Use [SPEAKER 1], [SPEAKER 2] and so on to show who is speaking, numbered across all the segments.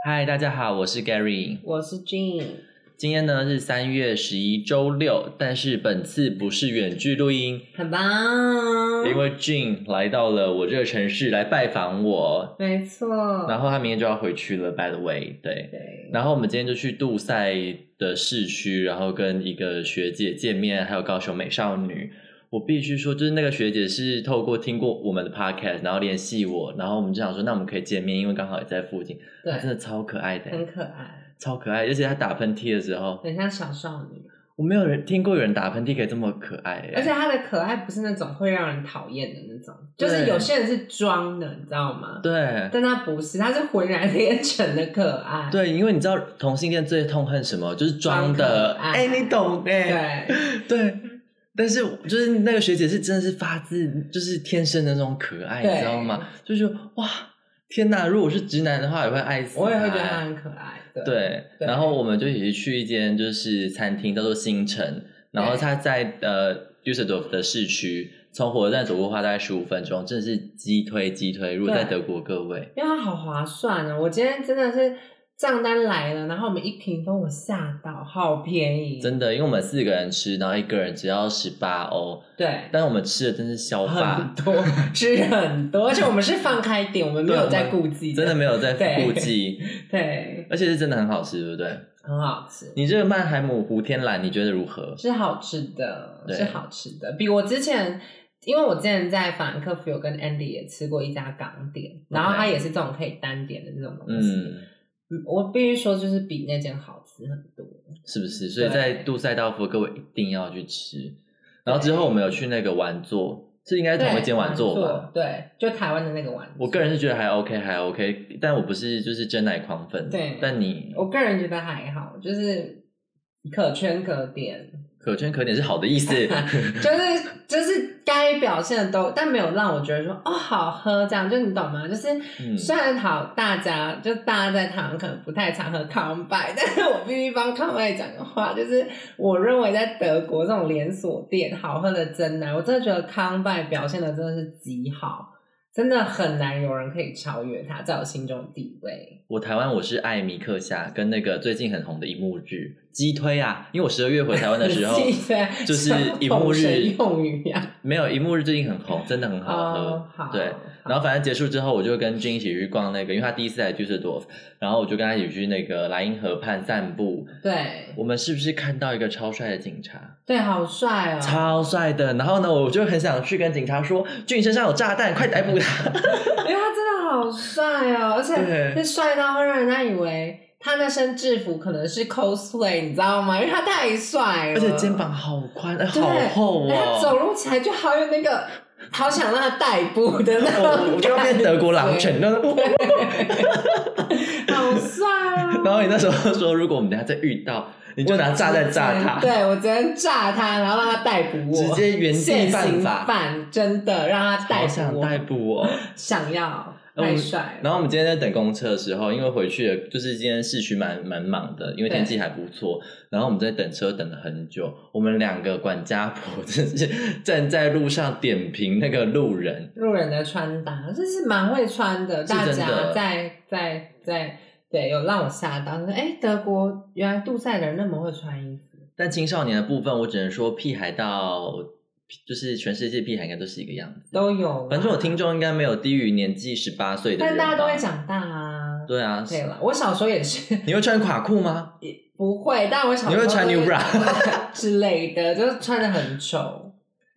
[SPEAKER 1] 嗨，大家好，我是 Gary。
[SPEAKER 2] 我是 Jean，
[SPEAKER 1] 今天呢是三月十一周六，但是本次不是远距录音，
[SPEAKER 2] 很棒，
[SPEAKER 1] 因为 Jane 来到了我这个城市来拜访我，
[SPEAKER 2] 没错，
[SPEAKER 1] 然后他明天就要回去了。By the way，对，
[SPEAKER 2] 对，
[SPEAKER 1] 然后我们今天就去杜塞的市区，然后跟一个学姐见面，还有高雄美少女。我必须说，就是那个学姐是透过听过我们的 podcast，然后联系我，然后我们就想说，那我们可以见面，因为刚好也在附近。她真
[SPEAKER 2] 对，
[SPEAKER 1] 的超可爱的，
[SPEAKER 2] 很可爱，
[SPEAKER 1] 超可爱，而且她打喷嚏的时候，
[SPEAKER 2] 很像小少女，
[SPEAKER 1] 我没有人听过有人打喷嚏可以这么可爱、欸，
[SPEAKER 2] 而且她的可爱不是那种会让人讨厌的那种，
[SPEAKER 1] 对
[SPEAKER 2] 就是有些人是装的，你知道吗？
[SPEAKER 1] 对
[SPEAKER 2] 但她不是，她是浑然天成的可爱，
[SPEAKER 1] 对，因为你知道同性恋最痛恨什么？就是装
[SPEAKER 2] 装
[SPEAKER 1] 的，
[SPEAKER 2] 可爱
[SPEAKER 1] 哎、你懂哎、
[SPEAKER 2] 对，
[SPEAKER 1] 对。但是就是那个学姐是真的是发自就是天生的那种可爱，
[SPEAKER 2] 对
[SPEAKER 1] 你知道吗？就是哇，天哪！如果我是直男的话，也会爱死。
[SPEAKER 2] 我也会觉得她。很可爱，对，
[SPEAKER 1] 对，
[SPEAKER 2] 对
[SPEAKER 1] 然后我们就一起去一间就是餐厅，叫做新城，然后它在呃 Düsseldorf 的市区，从火车站走过花大概十五分钟，真的是击推击推。如果在
[SPEAKER 2] 对
[SPEAKER 1] 德国各位，
[SPEAKER 2] 因为它好划算哦，我今天真的是账单来了，然后我们一平分，我吓到，好便宜，
[SPEAKER 1] 真的，因为我们四个人吃，然后一个人只要十八欧，
[SPEAKER 2] 对。
[SPEAKER 1] 但是我们吃的真是消
[SPEAKER 2] 很
[SPEAKER 1] 化，
[SPEAKER 2] 多吃很多，而且我们是放开点，我们没有在顾忌，
[SPEAKER 1] 真的没有在
[SPEAKER 2] 对
[SPEAKER 1] 顾忌，
[SPEAKER 2] 对，
[SPEAKER 1] 而且是真的很好吃，对不对？
[SPEAKER 2] 很好吃，
[SPEAKER 1] 你这个曼海姆胡天蓝，你觉得如何？
[SPEAKER 2] 是好吃的，
[SPEAKER 1] 对
[SPEAKER 2] 是好吃的。比我之前，因为我之前在法兰克福有跟 Andy 也吃过一家港点，然后它也是这种可以单点的这种东西。
[SPEAKER 1] 嗯，
[SPEAKER 2] 嗯，我必须说，就是比那间好吃很多。
[SPEAKER 1] 是不是？所以
[SPEAKER 2] 对
[SPEAKER 1] 在杜塞道夫，各位一定要去吃。然后之后我们有去那个玩座，是应该同一间玩座吧？
[SPEAKER 2] 对，就台湾的那个玩座。
[SPEAKER 1] 我个人是觉得还 OK，还 OK，但我不是就是真奶狂粉。
[SPEAKER 2] 对
[SPEAKER 1] 但你
[SPEAKER 2] 我个人觉得还好，就是可圈可点，
[SPEAKER 1] 可圈可点是好的意 思，
[SPEAKER 2] 就是就是该表现的都，但没有让我觉得说哦好喝这样，就你懂吗？就是、
[SPEAKER 1] 嗯
[SPEAKER 2] 虽然好大家就大家在台湾可能不太常喝康拜， 但是我必须帮康拜讲个话，就是我认为在德国这种连锁店好喝的真奶，我真的觉得康拜表现的真的是极好。真的很难有人可以超越它，在我心中的地位。
[SPEAKER 1] 我台湾我是爱米克夏跟那个最近很红的一幕日击推啊，因为我十二月回台湾的时候，
[SPEAKER 2] 对
[SPEAKER 1] 就是一幕日
[SPEAKER 2] 用语呀、
[SPEAKER 1] 没有一幕日最近很红，真的很好喝。
[SPEAKER 2] 哦，好，
[SPEAKER 1] 对，然后反正结束之后，我就跟君一起去逛那个，因为他第一次来就是多，然后我就跟他一起去那个莱茵河畔散步。
[SPEAKER 2] 对，
[SPEAKER 1] 我们是不是看到一个超帅的警察？
[SPEAKER 2] 对，好帅哦！
[SPEAKER 1] 超帅的！然后呢，我就很想去跟警察说：“俊身上有炸弹，快逮捕他
[SPEAKER 2] 因为他真的好帅哦，而且
[SPEAKER 1] 对
[SPEAKER 2] 是帅到会让人家以为他那身制服可能是 cosplay，你知道吗？因为他太！”帅了，
[SPEAKER 1] 而且肩膀好宽，哎
[SPEAKER 2] 对
[SPEAKER 1] 好厚
[SPEAKER 2] 然后他
[SPEAKER 1] 哦！
[SPEAKER 2] 走路起来就好有那个好想让他逮捕的那种
[SPEAKER 1] 哦我我就要变德国狼
[SPEAKER 2] 感
[SPEAKER 1] 犬， 然后
[SPEAKER 2] 觉，好帅 哦！
[SPEAKER 1] 然后你那时候说，如果我们等一下再遇到，你就拿炸弹炸他，
[SPEAKER 2] 对我只能炸他，然后让他逮捕我，
[SPEAKER 1] 直接原地
[SPEAKER 2] 现
[SPEAKER 1] 犯
[SPEAKER 2] 行
[SPEAKER 1] 法，
[SPEAKER 2] 犯，真的让他逮
[SPEAKER 1] 好
[SPEAKER 2] 捕
[SPEAKER 1] 想嗯
[SPEAKER 2] 我，
[SPEAKER 1] 逮捕 我。
[SPEAKER 2] 想要
[SPEAKER 1] 那我们
[SPEAKER 2] 太帅了，
[SPEAKER 1] 然后我们今天在等公车的时候，因为回去的就是今天市区蛮蛮忙的，因为天气还不错。然后我们在等车等了很久，我们两个管家婆 真是站在路上点评那个路人，
[SPEAKER 2] 路人的穿搭，这是蛮会穿的。
[SPEAKER 1] 是
[SPEAKER 2] 大
[SPEAKER 1] 真的
[SPEAKER 2] 家在在在，对，有让我吓到。说，哎，德国原来杜塞的人那么会穿衣服，
[SPEAKER 1] 但青少年的部分，我只能说屁孩到就是全世界屁孩应该都是一个样子。
[SPEAKER 2] 都有。啊
[SPEAKER 1] 反正我，听众应该没有低于年纪十八岁的
[SPEAKER 2] 但
[SPEAKER 1] 人，
[SPEAKER 2] 大家都会。长大啊。
[SPEAKER 1] 对啊，
[SPEAKER 2] 对了，我小时候也是
[SPEAKER 1] 你会穿垮裤吗？
[SPEAKER 2] 不会，但我小时候
[SPEAKER 1] 你会穿 New
[SPEAKER 2] bra 之类的，就是穿的很丑，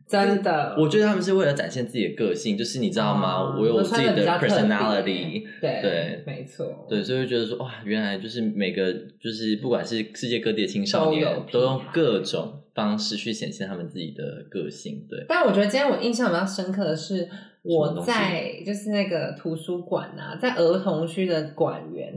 [SPEAKER 2] 真的。
[SPEAKER 1] 我觉得他们是为了展现自己的个性，就是你知道吗？
[SPEAKER 2] 哦
[SPEAKER 1] 我有我自己
[SPEAKER 2] 我穿得比较特别
[SPEAKER 1] personality，
[SPEAKER 2] 对
[SPEAKER 1] 对
[SPEAKER 2] 没错，
[SPEAKER 1] 对，所以就觉得说哇，原来就是每个就是不管是世界各地的青少
[SPEAKER 2] 都有
[SPEAKER 1] 年，
[SPEAKER 2] 癖
[SPEAKER 1] 都用
[SPEAKER 2] 好
[SPEAKER 1] 各种方式去显现他们自己的个性。 对，
[SPEAKER 2] 但我觉得今天我印象比较深刻的是，
[SPEAKER 1] 什么
[SPEAKER 2] 我
[SPEAKER 1] 东西
[SPEAKER 2] 在就是那个图书馆啊，在儿童区的馆员，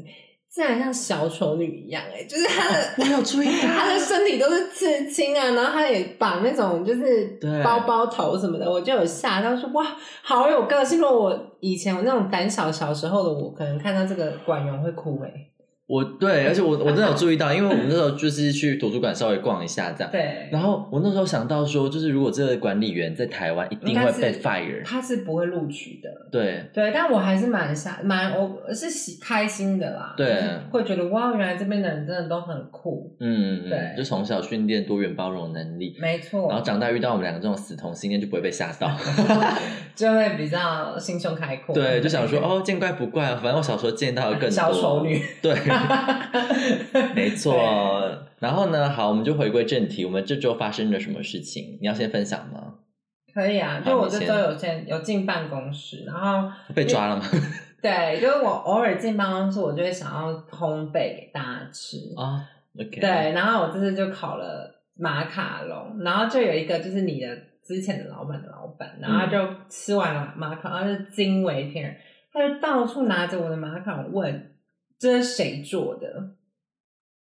[SPEAKER 2] 竟然像小丑女一样、欸，哎，就是 她的
[SPEAKER 1] 我有注意
[SPEAKER 2] 她的 身体都是刺青啊，然后她也把那种就是
[SPEAKER 1] 对
[SPEAKER 2] 包包头什么的，我就有吓到说哇，好有个性！如果我以前我那种胆小小时候的我，可能看到这个馆员会哭哎、欸
[SPEAKER 1] 我对，而且我我真的有注意到，因为我们那时候就是去图书馆稍微逛一下这样。
[SPEAKER 2] 对，
[SPEAKER 1] 然后我那时候想到说，就是如果这个管理员在台湾一定会被
[SPEAKER 2] 应
[SPEAKER 1] fire，
[SPEAKER 2] 他是不会录取的。
[SPEAKER 1] 对
[SPEAKER 2] 对，但我还是蛮想蛮我是喜开心的啦，
[SPEAKER 1] 对
[SPEAKER 2] 就是会觉得哇，原来这边的人真的都很酷，
[SPEAKER 1] 嗯，
[SPEAKER 2] 对
[SPEAKER 1] 就从小训练多元包容能力，
[SPEAKER 2] 没错，
[SPEAKER 1] 然后长大遇到我们两个这种死同性恋就不会被吓 到，
[SPEAKER 2] 就会比较心胸开阔，
[SPEAKER 1] 对，就想说哦，见怪不怪，反正我小时候见到的更多，
[SPEAKER 2] 小丑女，
[SPEAKER 1] 对， 没
[SPEAKER 2] 没
[SPEAKER 1] 错。然后呢，好，我们就回归正题，我们这周发生了什么事情？你要先分享吗？
[SPEAKER 2] 可以啊，
[SPEAKER 1] 好
[SPEAKER 2] 就我
[SPEAKER 1] 你
[SPEAKER 2] 这
[SPEAKER 1] 先
[SPEAKER 2] 周有先有进办公室，然后
[SPEAKER 1] 被抓了吗？
[SPEAKER 2] 对，就是我偶尔进办公室，我就会想要烘焙给大家吃，
[SPEAKER 1] 啊，OK，
[SPEAKER 2] 哦对，然后我这次就烤了马卡龙，然后就有一个就是你的之前的老板的老板，然后他就吃完了马卡龙，他就惊为天人，他就到处拿着我的马卡龙问这是谁做的。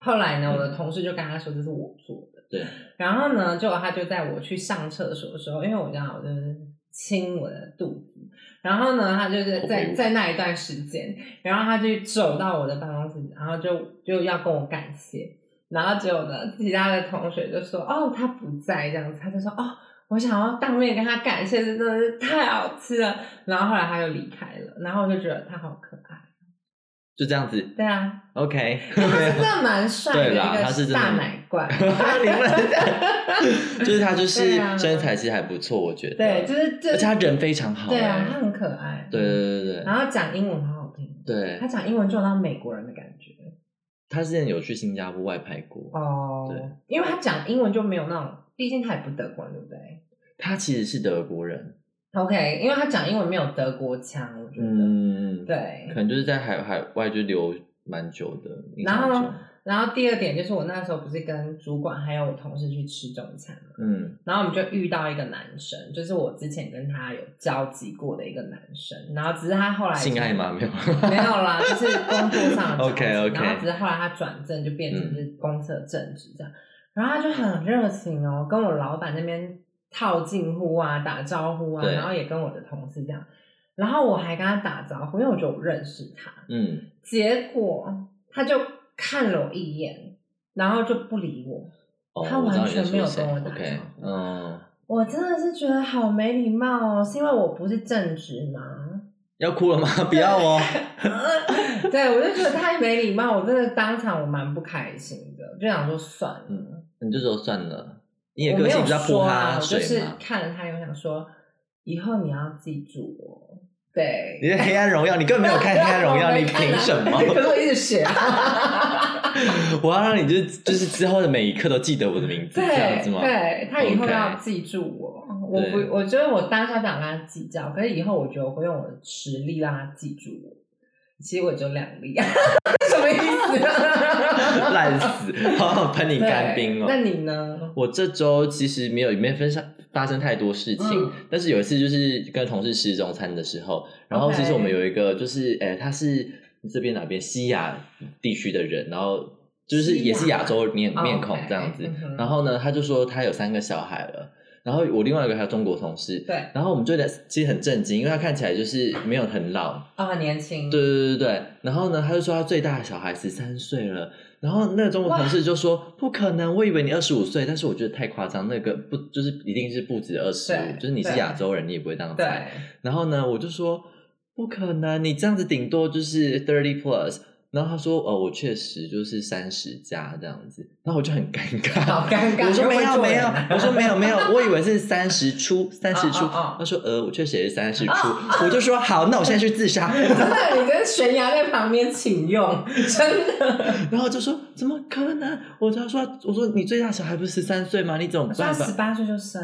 [SPEAKER 2] 后来呢，我的同事就跟他说这是我做的，
[SPEAKER 1] 对，
[SPEAKER 2] 然后呢，就他就在我去上厕所的时候，因为我知道我就是亲我的肚子，然后呢，他就是在
[SPEAKER 1] Okay
[SPEAKER 2] 在那一段时间，然后他就走到我的办公室，然后就就要跟我感谢，然后结果呢，其他的同学就说哦他不在这样子，他就说哦我想要当面跟他感谢，这真的是太好吃了，然后后来他就离开了，然后我就觉得他好可爱，
[SPEAKER 1] 就这样子
[SPEAKER 2] 对啊，
[SPEAKER 1] ，OK。
[SPEAKER 2] 因为他是真的蛮帅的
[SPEAKER 1] 对
[SPEAKER 2] 一
[SPEAKER 1] 啦他是真的，
[SPEAKER 2] 个大奶怪
[SPEAKER 1] 你 们就是他，就是
[SPEAKER 2] 对啊
[SPEAKER 1] 身材其实还不错，我觉得。
[SPEAKER 2] 对，就是这
[SPEAKER 1] 而且他人非常好、
[SPEAKER 2] 对啊
[SPEAKER 1] 哎，
[SPEAKER 2] 他很可爱。
[SPEAKER 1] 对对对对
[SPEAKER 2] 然后讲英文好好听，
[SPEAKER 1] 对
[SPEAKER 2] 他
[SPEAKER 1] 对，
[SPEAKER 2] 讲英文就有那种美国人的感觉
[SPEAKER 1] 他之前有去新加坡外拍过，
[SPEAKER 2] 哦
[SPEAKER 1] 对。
[SPEAKER 2] 因为他讲英文就没有那种，毕竟他也不德国人，对不对
[SPEAKER 1] 他其实是德国人，
[SPEAKER 2] ？OK，因为他讲英文没有德国腔，我觉得。
[SPEAKER 1] 嗯，，可
[SPEAKER 2] 对，
[SPEAKER 1] 能就是在海海外就留蛮久的，印
[SPEAKER 2] 然
[SPEAKER 1] 象
[SPEAKER 2] 后
[SPEAKER 1] 中
[SPEAKER 2] 然后第二点就是我那时候不是跟主管还有我同事去吃中餐嘛，
[SPEAKER 1] 嗯
[SPEAKER 2] 然后我们就遇到一个男生，就是我之前跟他有交集过的一个男生，然后只是他后来
[SPEAKER 1] 性爱吗？没有，
[SPEAKER 2] 没有啦，就是工作上的交集
[SPEAKER 1] OK，OK
[SPEAKER 2] 然后只是后来他转正就变成是公社正职这样，然后他就很热情哦，跟我老板那边套近乎啊，打招呼啊，
[SPEAKER 1] 对
[SPEAKER 2] 然后也跟我的同事这样，然后我还跟他打招呼，因为我觉得我认识他，
[SPEAKER 1] 嗯，
[SPEAKER 2] 结果他就看了我一眼，然后就不理我，
[SPEAKER 1] 哦，
[SPEAKER 2] 他
[SPEAKER 1] 我知道你在
[SPEAKER 2] 完全没有
[SPEAKER 1] 说谁
[SPEAKER 2] 跟我打
[SPEAKER 1] ，OK，
[SPEAKER 2] 招呼
[SPEAKER 1] 嗯，
[SPEAKER 2] 我真的是觉得好没礼貌哦，是因为我不是正职吗？
[SPEAKER 1] 要哭 了吗？不要哦，
[SPEAKER 2] 对，我就觉得太没礼貌，我真的当场我蛮不开心的，就想说算了，
[SPEAKER 1] 嗯 你就说算了，你也
[SPEAKER 2] 我
[SPEAKER 1] 个
[SPEAKER 2] 没
[SPEAKER 1] 性
[SPEAKER 2] 有
[SPEAKER 1] 比较
[SPEAKER 2] 说
[SPEAKER 1] 泼
[SPEAKER 2] 啊，
[SPEAKER 1] 他
[SPEAKER 2] 我就
[SPEAKER 1] 水
[SPEAKER 2] 是
[SPEAKER 1] 嘛，
[SPEAKER 2] 看了他有想说，以后你要记住我，对，
[SPEAKER 1] 你是黑暗荣耀，你根本 没有看黑暗荣耀，
[SPEAKER 2] 我
[SPEAKER 1] 你
[SPEAKER 2] 没看啊
[SPEAKER 1] 凭什么？
[SPEAKER 2] 可是我一直学啊，
[SPEAKER 1] 我要让你就是就是之后的每一刻都记得我的名字，
[SPEAKER 2] 对
[SPEAKER 1] 这样子吗？
[SPEAKER 2] 对，他以后
[SPEAKER 1] OK
[SPEAKER 2] 要记住我。我
[SPEAKER 1] 对
[SPEAKER 2] 不，我觉得我当下不想跟他计较，可是以后我觉得我会用我的实力让他记住我。其实我只有两力， 什么意思、啊？
[SPEAKER 1] 烂死，好好喷 你干冰哦、
[SPEAKER 2] 对那你呢？
[SPEAKER 1] 我这周其实没有没分享发生太多事情，
[SPEAKER 2] 嗯
[SPEAKER 1] 但是有一次就是跟同事吃中餐的时候，然后
[SPEAKER 2] OK
[SPEAKER 1] 其实我们有一个就是，诶、他是这边哪边西亚地区的人，然后就是也是
[SPEAKER 2] 西亚
[SPEAKER 1] 亚洲面
[SPEAKER 2] 哦
[SPEAKER 1] 面孔
[SPEAKER 2] OK，
[SPEAKER 1] 这样子
[SPEAKER 2] 嗯哼，
[SPEAKER 1] 然后呢，他就说他有三个小孩了，然后我另外一个还有中国同事。
[SPEAKER 2] 对，
[SPEAKER 1] 然后我们就在其实很震惊，因为他看起来就是没有很老，
[SPEAKER 2] 啊、很年轻，
[SPEAKER 1] 对对对对，然后呢，他就说他最大的小孩十三岁了，然后那个中国同事就说不可能，我以为你二十五岁，但是我觉得太夸张，那个不就是一定是不止二十
[SPEAKER 2] 对
[SPEAKER 1] 五，就是你是
[SPEAKER 2] 对
[SPEAKER 1] 亚洲人，你也不会这样
[SPEAKER 2] 对
[SPEAKER 1] 猜。然后呢，我就说不可能，你这样子顶多就是 thirty plus。然后他说：“哦，我确实就是三十加这样子。”然后我就很尴尬，
[SPEAKER 2] 好尴尬
[SPEAKER 1] 我说
[SPEAKER 2] 又会
[SPEAKER 1] 没有
[SPEAKER 2] 做
[SPEAKER 1] 没
[SPEAKER 2] 人
[SPEAKER 1] 有
[SPEAKER 2] 啊，
[SPEAKER 1] 我说没有没有，我以为是三十出，三十出。
[SPEAKER 2] 哦哦哦
[SPEAKER 1] 他说：“呃，我确实也是三十 出。我就说：“好，那我现在去自杀。”
[SPEAKER 2] 真的，你跟悬崖在旁边，请用，真的，
[SPEAKER 1] 然后就说怎么可能？我就说我说你最大小孩不是十三岁吗？你怎么
[SPEAKER 2] 他
[SPEAKER 1] 办
[SPEAKER 2] 十
[SPEAKER 1] 法？
[SPEAKER 2] 八岁就生，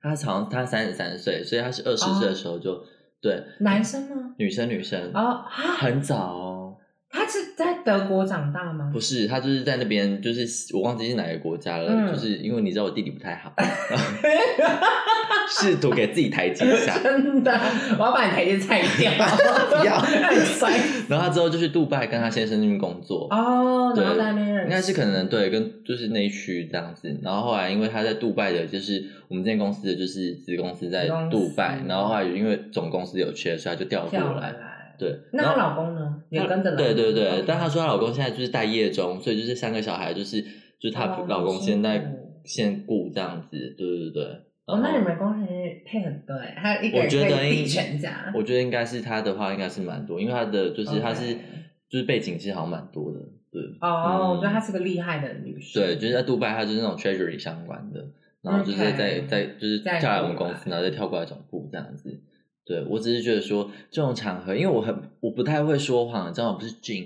[SPEAKER 1] 他好像他三十三岁，所以他是二十岁的时候就、对
[SPEAKER 2] 哦男生吗？
[SPEAKER 1] 女生女生、
[SPEAKER 2] 哦，啊，
[SPEAKER 1] 很早哦，
[SPEAKER 2] 他是在德国长大吗
[SPEAKER 1] 不？是他就是在那边就是我忘记是哪个国家了，
[SPEAKER 2] 嗯
[SPEAKER 1] 就是因为你知道我地理不太好， 试图给自己台阶 下。
[SPEAKER 2] 真的，我要把你台阶踩掉，
[SPEAKER 1] 不要
[SPEAKER 2] 让你摔。
[SPEAKER 1] 然后他之后就去杜拜跟他先生那边工作，
[SPEAKER 2] 哦，然后在那边认识，
[SPEAKER 1] 应该是可能对，跟就是内区这样子。然后后来因为他在杜拜的，就是我们这间公司的就是子公司在
[SPEAKER 2] 子公司
[SPEAKER 1] 杜拜，然后后来因为总公司有缺，所以他就调过
[SPEAKER 2] 跳回
[SPEAKER 1] 来。
[SPEAKER 2] 来，
[SPEAKER 1] 对，
[SPEAKER 2] 那
[SPEAKER 1] 然
[SPEAKER 2] 她
[SPEAKER 1] 后
[SPEAKER 2] 老公呢？也跟着来？
[SPEAKER 1] 对对对
[SPEAKER 2] OK，
[SPEAKER 1] 但她说她老公现在就是待业中，所以就是三个小孩，就是就是她
[SPEAKER 2] 哦
[SPEAKER 1] 老公
[SPEAKER 2] 好
[SPEAKER 1] 现在
[SPEAKER 2] 辛苦
[SPEAKER 1] 先顾这样子，对对对。然
[SPEAKER 2] 哦，那
[SPEAKER 1] 后
[SPEAKER 2] 你们公司配很多哎，她一个
[SPEAKER 1] 我
[SPEAKER 2] 人
[SPEAKER 1] 觉得
[SPEAKER 2] 可以
[SPEAKER 1] 应
[SPEAKER 2] 抵全家。
[SPEAKER 1] 我觉得应该是她的话应该是蛮多，因为她的就是她是
[SPEAKER 2] OK
[SPEAKER 1] 就是背景其实好像蛮多的，对。
[SPEAKER 2] 哦，我觉得
[SPEAKER 1] 嗯
[SPEAKER 2] 她是个厉害的女生。
[SPEAKER 1] 对，就是在杜拜，它就是那种 treasury 相关的，然后就是
[SPEAKER 2] OK
[SPEAKER 1] 在在就是
[SPEAKER 2] 在
[SPEAKER 1] 跳来我们
[SPEAKER 2] 杜
[SPEAKER 1] 公
[SPEAKER 2] 拜
[SPEAKER 1] 司，然后再跳过来总部这样子。对我只是觉得说这种场合，因为我很我不太会说谎，你知道我不是 Jin，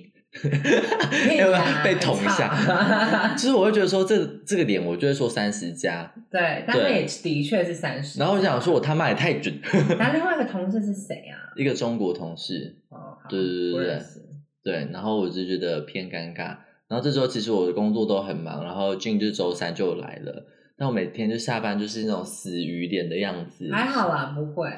[SPEAKER 2] 以
[SPEAKER 1] 要不
[SPEAKER 2] 啦
[SPEAKER 1] 要被捅一下？
[SPEAKER 2] 很
[SPEAKER 1] 其实我会觉得说这这个点，我就会说三十加，
[SPEAKER 2] 对，但
[SPEAKER 1] 对
[SPEAKER 2] 也的确是三十。
[SPEAKER 1] 然后我想说，我他妈也太准，
[SPEAKER 2] 然后另外一个同事是谁啊？
[SPEAKER 1] 一个中国同事，
[SPEAKER 2] 哦，好
[SPEAKER 1] 对对对
[SPEAKER 2] 不
[SPEAKER 1] 对
[SPEAKER 2] 认识
[SPEAKER 1] 对，然后我就觉得偏尴尬。然后这周其实我的工作都很忙，然后 Jin 就周三就来了，但我每天就下班就是那种死鱼脸的样子，
[SPEAKER 2] 还好啦，不会。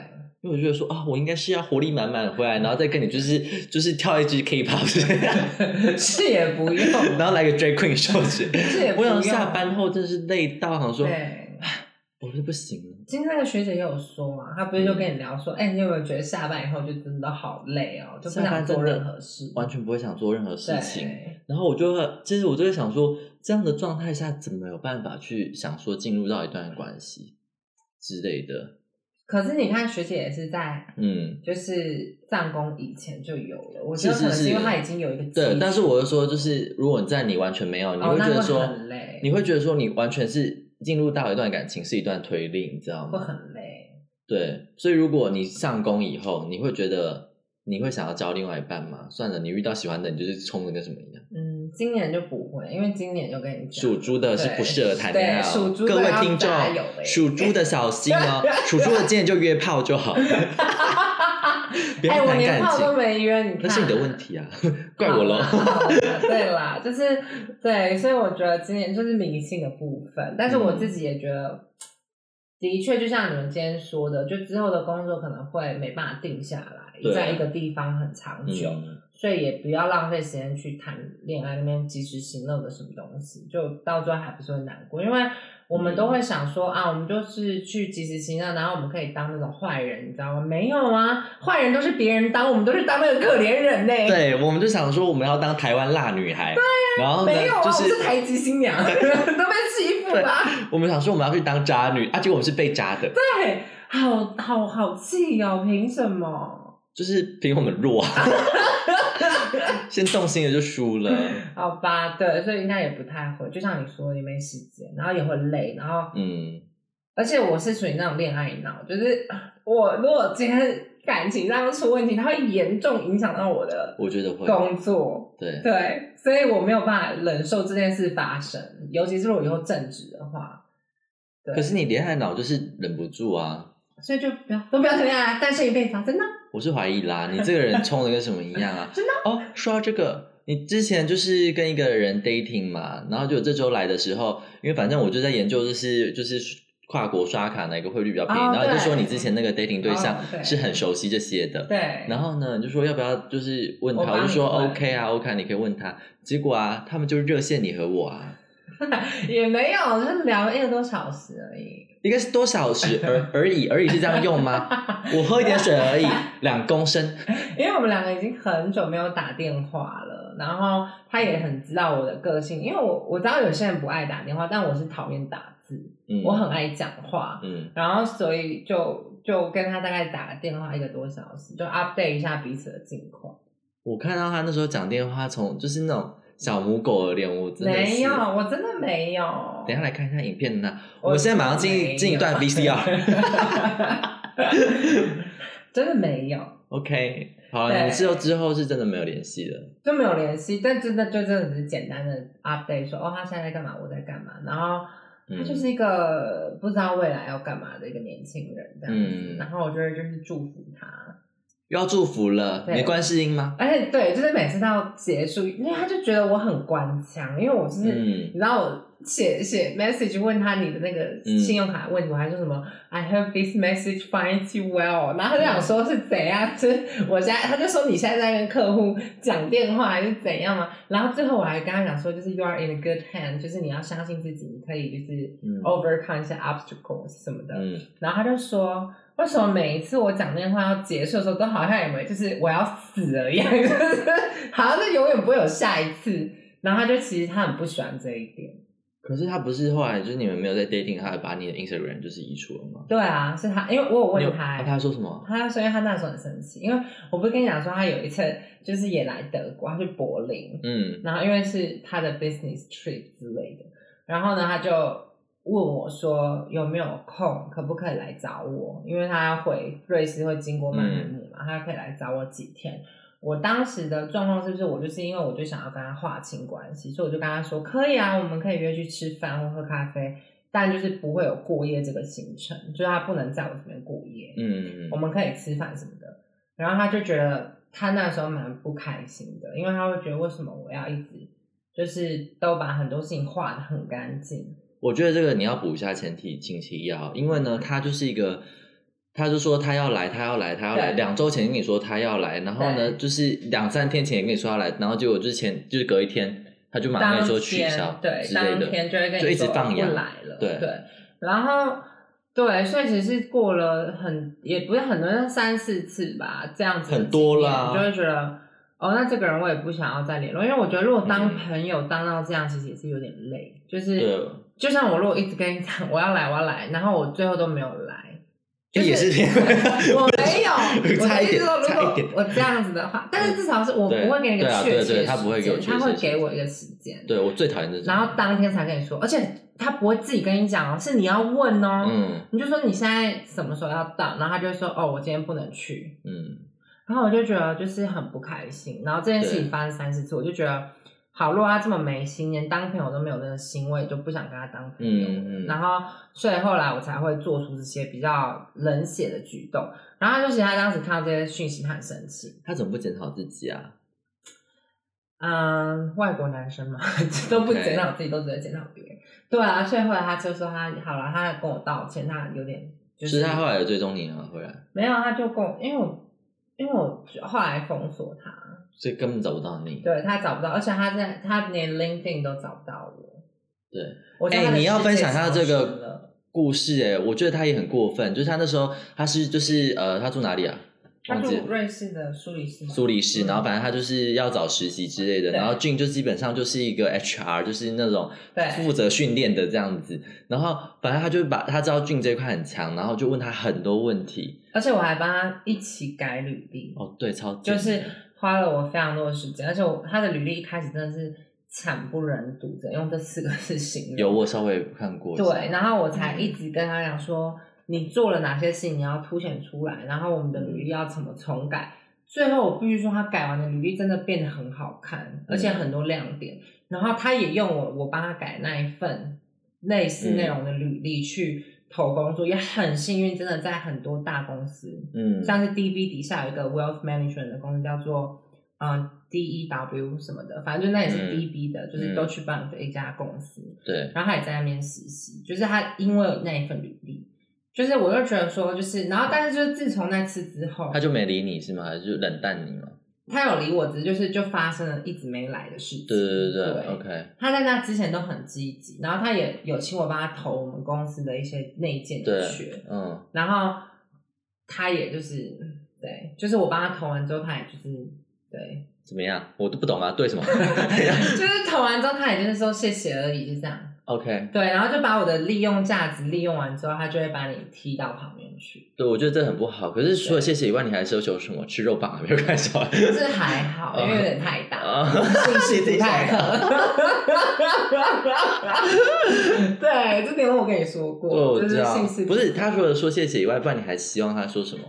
[SPEAKER 1] 因为我觉得说啊，我应该是要活力满满回来，然后再跟你就是就是跳一支 K-pop，
[SPEAKER 2] 是也不用，
[SPEAKER 1] 然后来个 drag queen show 之类
[SPEAKER 2] 是也不
[SPEAKER 1] 我
[SPEAKER 2] 用
[SPEAKER 1] 想下班后真是累到，想说
[SPEAKER 2] 对。
[SPEAKER 1] 我是不行了。
[SPEAKER 2] 今天那个学姐也有说嘛，她不是就跟你聊说，哎、你有没有觉得下班以后就真的好累哦，就不
[SPEAKER 1] 嗯下班
[SPEAKER 2] 想做
[SPEAKER 1] 真的
[SPEAKER 2] 任何事，
[SPEAKER 1] 完全不会想做任何事
[SPEAKER 2] 对
[SPEAKER 1] 情，然后我就会，其实我就会想说，这样的状态下怎么有办法去想说进入到一段关系之类的？
[SPEAKER 2] 可是你看学姐也是在
[SPEAKER 1] 嗯，
[SPEAKER 2] 就是上工以前就有了，我觉得
[SPEAKER 1] 是
[SPEAKER 2] 可
[SPEAKER 1] 是
[SPEAKER 2] 能
[SPEAKER 1] 是
[SPEAKER 2] 因为她已经有一个基础
[SPEAKER 1] 对。但是我就说，就是如果你在你完全没有，你
[SPEAKER 2] 哦
[SPEAKER 1] 会
[SPEAKER 2] 那
[SPEAKER 1] 觉得
[SPEAKER 2] 会
[SPEAKER 1] 说，
[SPEAKER 2] 很累
[SPEAKER 1] 你会觉得说你完全是进入到一段感情是一段推力，你知道吗？
[SPEAKER 2] 会很累，
[SPEAKER 1] 对，所以如果你上工以后，你会觉得你会想要交另外一半吗？算了，你遇到喜欢的，你就是冲的跟什么一样。
[SPEAKER 2] 嗯，今年就不会，因为今年就跟你讲
[SPEAKER 1] 属猪的是不适合谈恋爱、
[SPEAKER 2] 对
[SPEAKER 1] 哦
[SPEAKER 2] 属，猪的
[SPEAKER 1] 各位
[SPEAKER 2] 要
[SPEAKER 1] 听众
[SPEAKER 2] 加油，欸
[SPEAKER 1] 属猪的小心哦，属猪的今天就约炮就 好，不
[SPEAKER 2] 哎、
[SPEAKER 1] 要
[SPEAKER 2] 我
[SPEAKER 1] 谈
[SPEAKER 2] 连
[SPEAKER 1] 感
[SPEAKER 2] 炮都
[SPEAKER 1] 情，
[SPEAKER 2] 没约，你看，
[SPEAKER 1] 那是你的问题啊，怪我喽
[SPEAKER 2] 好。啦好啦对啦，就是对，所以我觉得今年就是迷信的部分，但是我
[SPEAKER 1] 嗯
[SPEAKER 2] 自己也觉得，的确就像你们今天说的，就之后的工作可能会没办法定下来，
[SPEAKER 1] 对啊
[SPEAKER 2] 在一个地方很长久，
[SPEAKER 1] 嗯，
[SPEAKER 2] 所以也不要浪费时间去谈恋爱那边及时行乐的什么东西，就到最后还不是会难过，因为我们都会想说啊，我们就是去及时行乐，然后我们可以当那种坏人，你知道吗？没有啊，坏人都是别人当，我们都是当那个可怜人呢、
[SPEAKER 1] 对，我们就想说我们要当台湾辣女孩，然后呢
[SPEAKER 2] 没有啊，，
[SPEAKER 1] 就
[SPEAKER 2] 我是台籍新娘， 都被欺负啦。
[SPEAKER 1] 我们想说我们要去当渣女啊，结果我们是被渣的，
[SPEAKER 2] 对，好好好气哦，凭什么？
[SPEAKER 1] 就是凭我们弱， 先动心了就输了。
[SPEAKER 2] 好吧，对，所以应该也不太会，就像你说，也没时间，然后也会累，然后
[SPEAKER 1] 嗯，
[SPEAKER 2] 而且我是属于那种恋爱脑，就是我如果今天感情上出问题，它会严重影响到我的
[SPEAKER 1] 我觉得会。
[SPEAKER 2] 工作，
[SPEAKER 1] 对，
[SPEAKER 2] 对，所以我没有办法忍受这件事发生，尤其是我以后正职的话，对
[SPEAKER 1] 可是你恋爱脑就是忍不住啊！
[SPEAKER 2] 所以就不要都不要谈恋爱，单身一辈子啊，真的。？
[SPEAKER 1] 我是怀疑啦，你这个人冲的跟什么一样啊
[SPEAKER 2] 真的
[SPEAKER 1] 哦，说到这个，你之前就是跟一个人 dating 嘛，然后就这周来的时候，因为反正我就在研究，就是就是跨国刷卡哪个汇率比较便宜，
[SPEAKER 2] 哦
[SPEAKER 1] 然后你就
[SPEAKER 2] 对
[SPEAKER 1] 说你之前那个 dating 对象
[SPEAKER 2] 哦对
[SPEAKER 1] 是很熟悉这些的，
[SPEAKER 2] 对，
[SPEAKER 1] 然后呢，你就说要不要就是问
[SPEAKER 2] 我
[SPEAKER 1] 他，
[SPEAKER 2] 帮
[SPEAKER 1] 我就说
[SPEAKER 2] 你问
[SPEAKER 1] OK 啊，OK，啊你可以问他。结果啊，他们就热线你和我啊，
[SPEAKER 2] 也没有，就是聊一个多小时而已。
[SPEAKER 1] 一个是多少时 而而已，而已是这样用吗？我喝一点水而已，两公升。
[SPEAKER 2] 因为我们两个已经很久没有打电话了，然后他也很知道我的个性，因为我我知道有些人不爱打电话，但我是讨厌打字，
[SPEAKER 1] 嗯，
[SPEAKER 2] 我很爱讲话，
[SPEAKER 1] 嗯
[SPEAKER 2] 然后所以就就跟他大概打了电话一个多小时，就 update 一下彼此的近况。
[SPEAKER 1] 我看到他那时候讲电话，从就是那种小母狗的脸，我真的是
[SPEAKER 2] 没有，。我真的没有。
[SPEAKER 1] 等一下来看一下影片呢、
[SPEAKER 2] 我
[SPEAKER 1] 我们现在马上进
[SPEAKER 2] 没有
[SPEAKER 1] 进一段 VCR。
[SPEAKER 2] 真的没有，
[SPEAKER 1] OK，好了，
[SPEAKER 2] 对
[SPEAKER 1] 你之后之后是真的没有联系了。
[SPEAKER 2] 就没有联系，但真的就真的只是简单的 update 说哦，他现在在干嘛，我在干嘛，然后他
[SPEAKER 1] 嗯
[SPEAKER 2] 就是一个不知道未来要干嘛的一个年轻人这样子，
[SPEAKER 1] 嗯
[SPEAKER 2] 然后我觉得就是祝福他，
[SPEAKER 1] 又要祝福了，
[SPEAKER 2] 对
[SPEAKER 1] 没关系音吗？
[SPEAKER 2] 而且对，就是每次到结束，因为他就觉得我很官腔，因为我就是、
[SPEAKER 1] 嗯
[SPEAKER 2] 你知道我写写 message 问他你的那个
[SPEAKER 1] 嗯
[SPEAKER 2] 信用卡问题，我还说什么 I hope this message finds you well，然后他就想说是怎样，就是我现在他就说你现在在跟客户讲电话还是怎样嘛，然后最后我还跟他讲说就是 you are in a good hand，就是你要相信自己，你可以就是
[SPEAKER 1] 嗯
[SPEAKER 2] overcome 一些 obstacles 哦什么的，
[SPEAKER 1] 嗯
[SPEAKER 2] 然后他就说。为什么每一次我讲那话要结束的时候，都好像以为就是我要死了一样， 就是好像就永远不会有下一次。然后他就其实他很不喜欢这一点。
[SPEAKER 1] 可是他不是后来就是你们没有在 dating，他把你的 Instagram 就是移除了吗？
[SPEAKER 2] 对啊，是他，因为我有
[SPEAKER 1] 你有
[SPEAKER 2] 问他、
[SPEAKER 1] 啊他说什么？
[SPEAKER 2] 他所以他那时候很生气，因为我不是跟你讲说他有一次就是也来德国，他去柏林，
[SPEAKER 1] 嗯
[SPEAKER 2] 然后因为是他的 business trip 之类的，然后呢他就问我说有没有空，可不可以来找我？因为他要回瑞士会经过曼海姆嘛，他可以来找我几天。我当时的状况是不是我就是因为我就想要跟他划清关系，所以我就跟他说可以啊，我们可以约去吃饭或喝咖啡，但就是不会有过夜这个行程，就是他不能在我这边过夜。
[SPEAKER 1] 嗯
[SPEAKER 2] 我，们可以吃饭什么的。然后他就觉得他那时候蛮不开心的，因为他会觉得为什么我要一直就是都把很多事情画的很干净，
[SPEAKER 1] 我觉得这个你要补一下前提近期要，因为
[SPEAKER 2] 嗯
[SPEAKER 1] 呢，他就是一个，他就说他要来，他要来，他要来。
[SPEAKER 2] 对
[SPEAKER 1] 两周前跟你说他要来，然后呢，
[SPEAKER 2] 对
[SPEAKER 1] 就是两三天前也跟你说要来，然后结果就是前就是隔一天，他就马上
[SPEAKER 2] 当
[SPEAKER 1] 跟你说
[SPEAKER 2] 天
[SPEAKER 1] 取消
[SPEAKER 2] 对，
[SPEAKER 1] 之类
[SPEAKER 2] 当
[SPEAKER 1] 的。
[SPEAKER 2] 天就会跟
[SPEAKER 1] 就一
[SPEAKER 2] 你
[SPEAKER 1] 直
[SPEAKER 2] 说
[SPEAKER 1] 放
[SPEAKER 2] 不
[SPEAKER 1] 养
[SPEAKER 2] 来了，
[SPEAKER 1] 对
[SPEAKER 2] 然后对，所以其实过了很也不是很多，像三四次吧，这样子的
[SPEAKER 1] 很多
[SPEAKER 2] 经验
[SPEAKER 1] 啦
[SPEAKER 2] 就会觉得。哦，那这个人我也不想要再联络，因为我觉得如果当
[SPEAKER 1] 嗯
[SPEAKER 2] 朋友当到这样，其实也是有点累，就是
[SPEAKER 1] 对，
[SPEAKER 2] 就像我如果一直跟你讲我要来我要来，然后我最后都没有来，就
[SPEAKER 1] 这也是
[SPEAKER 2] 我没有，我
[SPEAKER 1] 差
[SPEAKER 2] 的
[SPEAKER 1] 一
[SPEAKER 2] 意思
[SPEAKER 1] 点
[SPEAKER 2] 是说，如
[SPEAKER 1] 差一
[SPEAKER 2] 果
[SPEAKER 1] 点
[SPEAKER 2] 我这样子的话，但是至少是我
[SPEAKER 1] 对
[SPEAKER 2] 不会给你一个
[SPEAKER 1] 对啊
[SPEAKER 2] 确
[SPEAKER 1] 对
[SPEAKER 2] 切
[SPEAKER 1] 对
[SPEAKER 2] 的
[SPEAKER 1] 他不会
[SPEAKER 2] 时
[SPEAKER 1] 给我
[SPEAKER 2] 间，
[SPEAKER 1] 确
[SPEAKER 2] 他
[SPEAKER 1] 切的时
[SPEAKER 2] 会
[SPEAKER 1] 间
[SPEAKER 2] 给我一个时间，
[SPEAKER 1] 对我最讨厌这种。
[SPEAKER 2] 然后当天才跟你说，而且他不会自己跟你讲哦，是你要问哦，
[SPEAKER 1] 嗯
[SPEAKER 2] 你就说你现在什么时候要到，然后他就会说哦，我今天不能去，
[SPEAKER 1] 嗯，
[SPEAKER 2] 然后我就觉得就是很不开心，然后这件事情发生三四次，我就觉得好，如果他这么没心，连当朋友都没有那个心，我也就不想跟他当朋友。
[SPEAKER 1] 嗯嗯
[SPEAKER 2] 然后，所以后来我才会做出这些比较冷血的举动。然后他就其实他当时看到这些讯息，他很生气。
[SPEAKER 1] 他怎么不检讨自己啊？
[SPEAKER 2] 嗯，外国男生嘛， 都不
[SPEAKER 1] OK
[SPEAKER 2] 检讨自己，都只会检讨别人。对啊，所以后来他就说他好了，他跟我道歉，他有点就是
[SPEAKER 1] 他后来有追踪你啊，回来，
[SPEAKER 2] 没有，他就跟我，因为我因为我后来封锁他，
[SPEAKER 1] 所以根本找不到你。
[SPEAKER 2] 对他找不到，而且他在他连 LinkedIn 都找不到我。
[SPEAKER 1] 对，
[SPEAKER 2] 我觉
[SPEAKER 1] 哎、
[SPEAKER 2] 得他的
[SPEAKER 1] 你要
[SPEAKER 2] 世界
[SPEAKER 1] 分享他这
[SPEAKER 2] 消失
[SPEAKER 1] 个
[SPEAKER 2] 了
[SPEAKER 1] 故事哎、我觉得他也很过分，就是他那时候他是就是呃，他住哪里啊？
[SPEAKER 2] 他
[SPEAKER 1] 忘记了
[SPEAKER 2] 住瑞士的苏黎世吗，
[SPEAKER 1] 苏黎世，
[SPEAKER 2] 嗯
[SPEAKER 1] 然后反正他就是要找实习之类的，
[SPEAKER 2] 对
[SPEAKER 1] 然后俊就基本上就是一个 HR，就是那种
[SPEAKER 2] 对
[SPEAKER 1] 负责训练的这样子，然后反正他就把他知道俊这一块很强，然后就问他很多问题，
[SPEAKER 2] 而且我还帮他一起改履历，
[SPEAKER 1] 哦，对，超级
[SPEAKER 2] 就是花了我非常多的时间，而且我他的履历一开始真的是惨不忍睹的，用这四个字形
[SPEAKER 1] 有
[SPEAKER 2] 容。
[SPEAKER 1] 我稍微看过一下，
[SPEAKER 2] 对，然后我才一直跟他讲说，你做了哪些事，你要凸显出来，然后我们的履历要怎么重改。最后我必须说，他改完的履历真的变得很好看，而且很多亮点。然后他也用我我帮他改那一份类似内容的履历去投工作，也很幸运，真的在很多大公司，
[SPEAKER 1] 嗯，
[SPEAKER 2] 像是 DB 底下有一个 Wealth Management 的公司叫做嗯 DEW 什么的，反正就那也是
[SPEAKER 1] 嗯
[SPEAKER 2] DB 的，就是都去办的一家公司。
[SPEAKER 1] 对，
[SPEAKER 2] 然后他也在那边实习，就是他因为有那一份履历，就是我就觉得说，就是然后但是就是自从那次之后，
[SPEAKER 1] 他就没理你是吗？还是就冷淡你吗？
[SPEAKER 2] 他有理我，只是就是就发生了一直没来的事情。
[SPEAKER 1] 对对对
[SPEAKER 2] 对
[SPEAKER 1] 对 o k
[SPEAKER 2] 他在那之前都很积极，然后他也有请我帮他投我们公司的一些内建的
[SPEAKER 1] 对
[SPEAKER 2] 学，，
[SPEAKER 1] 嗯，
[SPEAKER 2] 然后他也就是对，就是我帮他投完之后，他也就是对，
[SPEAKER 1] 怎么样？我都不懂啊，对什么怎样
[SPEAKER 2] 就是投完之后他也就是说谢谢而已，就这样。
[SPEAKER 1] ？OK，
[SPEAKER 2] 对，然后就把我的利用价值利用完之后，他就会把你踢到旁边去。
[SPEAKER 1] 对，我觉得这很不好。可是除了谢谢以外，你还奢求什么？吃肉棒啊？没有 开玩笑啊。
[SPEAKER 2] 就是还好，因为有点太大，
[SPEAKER 1] 啊
[SPEAKER 2] 信息不太合。对，这点我跟你说
[SPEAKER 1] 对，哦我
[SPEAKER 2] 过，就
[SPEAKER 1] 知
[SPEAKER 2] 是
[SPEAKER 1] 道
[SPEAKER 2] 信息，
[SPEAKER 1] 不是他除了说谢谢以外，不然你还希望他说什么？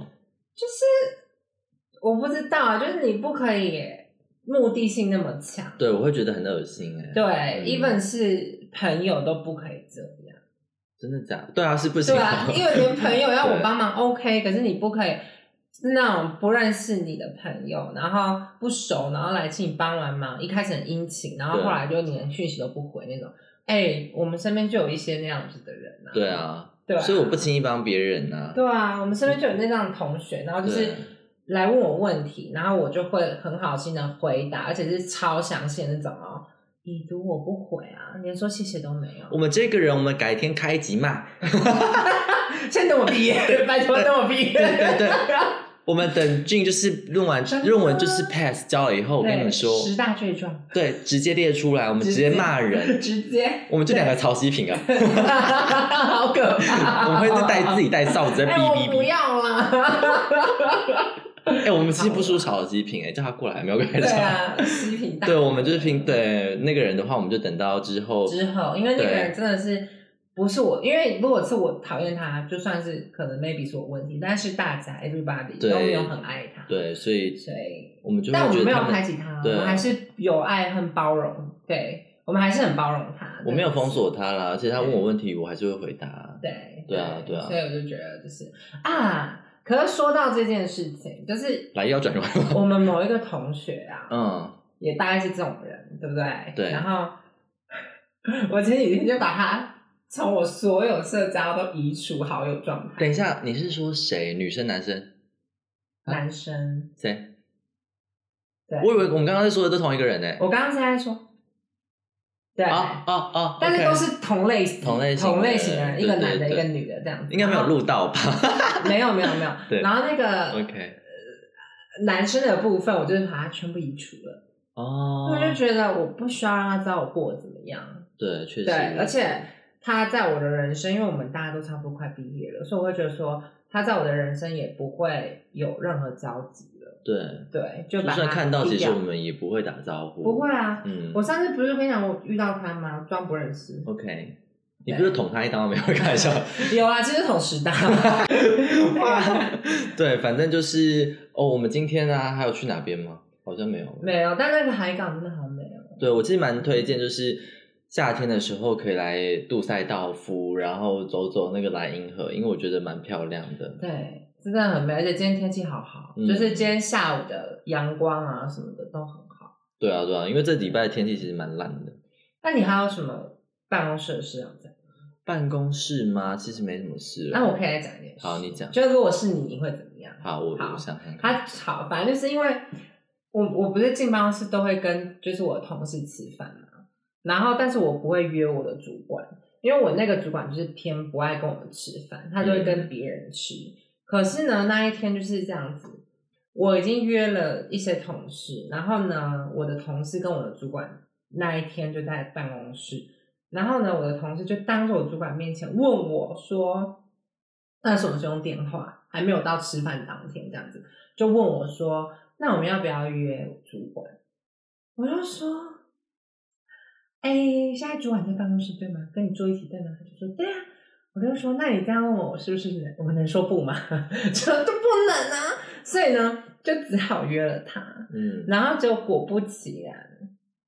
[SPEAKER 2] 我不知道，啊就是你不可以目的性那么强。
[SPEAKER 1] 对，我会觉得很恶心哎。
[SPEAKER 2] 对、
[SPEAKER 1] 嗯
[SPEAKER 2] e v e n 是朋友都不可以这样。
[SPEAKER 1] 真的假的？ 对啊，是不行
[SPEAKER 2] 对
[SPEAKER 1] 的。
[SPEAKER 2] 啊，因为连朋友要我
[SPEAKER 1] 对
[SPEAKER 2] 帮忙 OK，可是你不可以是那种不认识你的朋友，然后不熟，然后来请你帮完忙，一开始很殷勤，然后
[SPEAKER 1] 对
[SPEAKER 2] 后来就你连讯息都不回那种。哎、我们身边就有一些那样子的人啊。
[SPEAKER 1] 对，啊，
[SPEAKER 2] 对啊，
[SPEAKER 1] 所以我不轻易帮别人呐。
[SPEAKER 2] 对啊，我们身边就有那样的同学，然后就是
[SPEAKER 1] 对
[SPEAKER 2] 来问我问题，然后我就会很好心的回答，而且是超详细的那种哦。已读我不回啊，连说谢谢都没有。
[SPEAKER 1] 我们这个人，我们改天开一集骂。
[SPEAKER 2] 先等我 毕业，拜托等我毕业。
[SPEAKER 1] 对对 对，我们等俊就是论完
[SPEAKER 2] 真的
[SPEAKER 1] 论文就是 pass 交了以后，我跟你们说，
[SPEAKER 2] 十大罪状，
[SPEAKER 1] 对，直接列出来，我们直接骂人，
[SPEAKER 2] 直 接，
[SPEAKER 1] 我们就两个曹希平啊，
[SPEAKER 2] 好可怕！
[SPEAKER 1] 我们会是带自己带哨子在哔
[SPEAKER 2] 哎，我
[SPEAKER 1] 哔
[SPEAKER 2] 不
[SPEAKER 1] 哔。
[SPEAKER 2] 要啦。
[SPEAKER 1] 哎，我们其实不输曹希平，哎，叫他过来没有关系
[SPEAKER 2] 对。啊，西平大
[SPEAKER 1] 对，我们就是拼对那个人的话，我们就等到之后。
[SPEAKER 2] 之后，因为那个
[SPEAKER 1] 对
[SPEAKER 2] 人真的是不是我，因为如果是我讨厌他，就算是可能 maybe 是我问题，但是大家 everybody
[SPEAKER 1] 对
[SPEAKER 2] 都没有很爱他，，
[SPEAKER 1] 对，所以
[SPEAKER 2] 所以
[SPEAKER 1] 我们就会
[SPEAKER 2] 但我
[SPEAKER 1] 觉
[SPEAKER 2] 们没
[SPEAKER 1] 得
[SPEAKER 2] 有
[SPEAKER 1] 他
[SPEAKER 2] 排
[SPEAKER 1] 们，
[SPEAKER 2] 挤他，
[SPEAKER 1] 对
[SPEAKER 2] 我们还是有爱和包容，对我们还是很包容他，
[SPEAKER 1] 我没有
[SPEAKER 2] 真的
[SPEAKER 1] 封
[SPEAKER 2] 是
[SPEAKER 1] 锁他啦，而且他问我问题，我还是会回答。
[SPEAKER 2] 对
[SPEAKER 1] 对啊对啊
[SPEAKER 2] 所以我就觉得就是啊，可是说到这件事情，就是
[SPEAKER 1] 来要转弯吗？
[SPEAKER 2] 我们某一个同学啊，
[SPEAKER 1] 嗯，
[SPEAKER 2] 也大概是这种人，对不对？
[SPEAKER 1] 对
[SPEAKER 2] 然后我前几天就把他从我所有社交都移除好友状态。
[SPEAKER 1] 等一下，你是说谁？女生、男生？
[SPEAKER 2] 男生，
[SPEAKER 1] 谁？
[SPEAKER 2] 对
[SPEAKER 1] 我以为我们刚刚在说的都同一个人呢。
[SPEAKER 2] 我刚刚是在说，对，
[SPEAKER 1] 啊啊啊！
[SPEAKER 2] 但是
[SPEAKER 1] OK
[SPEAKER 2] 都是同类型、
[SPEAKER 1] 同类型的
[SPEAKER 2] 同类型的人，
[SPEAKER 1] 对
[SPEAKER 2] 一个男的，
[SPEAKER 1] 对
[SPEAKER 2] 一
[SPEAKER 1] 对
[SPEAKER 2] 个女的这样子。
[SPEAKER 1] 应该没有
[SPEAKER 2] 然后，
[SPEAKER 1] 录到吧
[SPEAKER 2] 没有没有没有。
[SPEAKER 1] 对
[SPEAKER 2] 然后那个
[SPEAKER 1] ？OK，
[SPEAKER 2] 男生的部分，我就是把他全部移除了。
[SPEAKER 1] 哦
[SPEAKER 2] 我，就觉得我不需要让他知道我过得怎么样，
[SPEAKER 1] 对，确实，
[SPEAKER 2] 对，而且他在我的人生，因为我们大家都差不多快毕业了，所以我会觉得说，他在我的人生也不会有任何交集了。
[SPEAKER 1] 对，
[SPEAKER 2] 对，就
[SPEAKER 1] 就
[SPEAKER 2] 把他
[SPEAKER 1] 算看到，
[SPEAKER 2] 踢
[SPEAKER 1] 其实
[SPEAKER 2] 掉
[SPEAKER 1] 我们也不会打招呼，
[SPEAKER 2] 不会，啊。
[SPEAKER 1] 嗯
[SPEAKER 2] 我上次不是跟你讲我遇到他吗？装不认识。
[SPEAKER 1] ，OK，你不是捅他一 刀没有？开玩笑，
[SPEAKER 2] 有啊，其实同时大。
[SPEAKER 1] 对，反正就是哦，我们今天啊，还有去哪边吗？好像没有，
[SPEAKER 2] 没有，但那个海港真的好美哦。
[SPEAKER 1] 对我其实蛮推荐，就是夏天的时候可以来杜塞道夫，然后走走那个莱茵河，因为我觉得蛮漂亮的。
[SPEAKER 2] 对，真的很美，而且今天天气好好，
[SPEAKER 1] 嗯
[SPEAKER 2] 就是今天下午的阳光啊什么的都很好。
[SPEAKER 1] 对啊，对啊，因为这礼拜的天气其实蛮烂的。
[SPEAKER 2] 那你还有什么办公室的事要讲？
[SPEAKER 1] 办公室吗？其实没什么事。
[SPEAKER 2] 那我可以来讲一件事。
[SPEAKER 1] 好你讲
[SPEAKER 2] 就是如果是你，你会怎么样？
[SPEAKER 1] 好，我
[SPEAKER 2] 好
[SPEAKER 1] 我想看看。
[SPEAKER 2] 他吵，反正就是因为我我不是进办公室都会跟就是我的同事吃饭嘛，然后但是我不会约我的主管，因为我那个主管就是偏不爱跟我们吃饭，他就会跟别人吃。可是呢，那一天就是这样子，我已经约了一些同事，然后呢，我的同事跟我的主管那一天就在办公室，然后呢，我的同事就当着我主管面前问我说：“那什么时候用电话？还没有到吃饭当天这样子，就问我说：那我们要不要约主管？”我就说：“哎、现在主管在办公室对吗？跟你坐一起对吗？”他就说：“对啊。”我就说：“那你这样问我，我是不是能我能说不吗？ 就都不能啊。”所以呢，就只好约了他。
[SPEAKER 1] 嗯，
[SPEAKER 2] 然后就果不其然，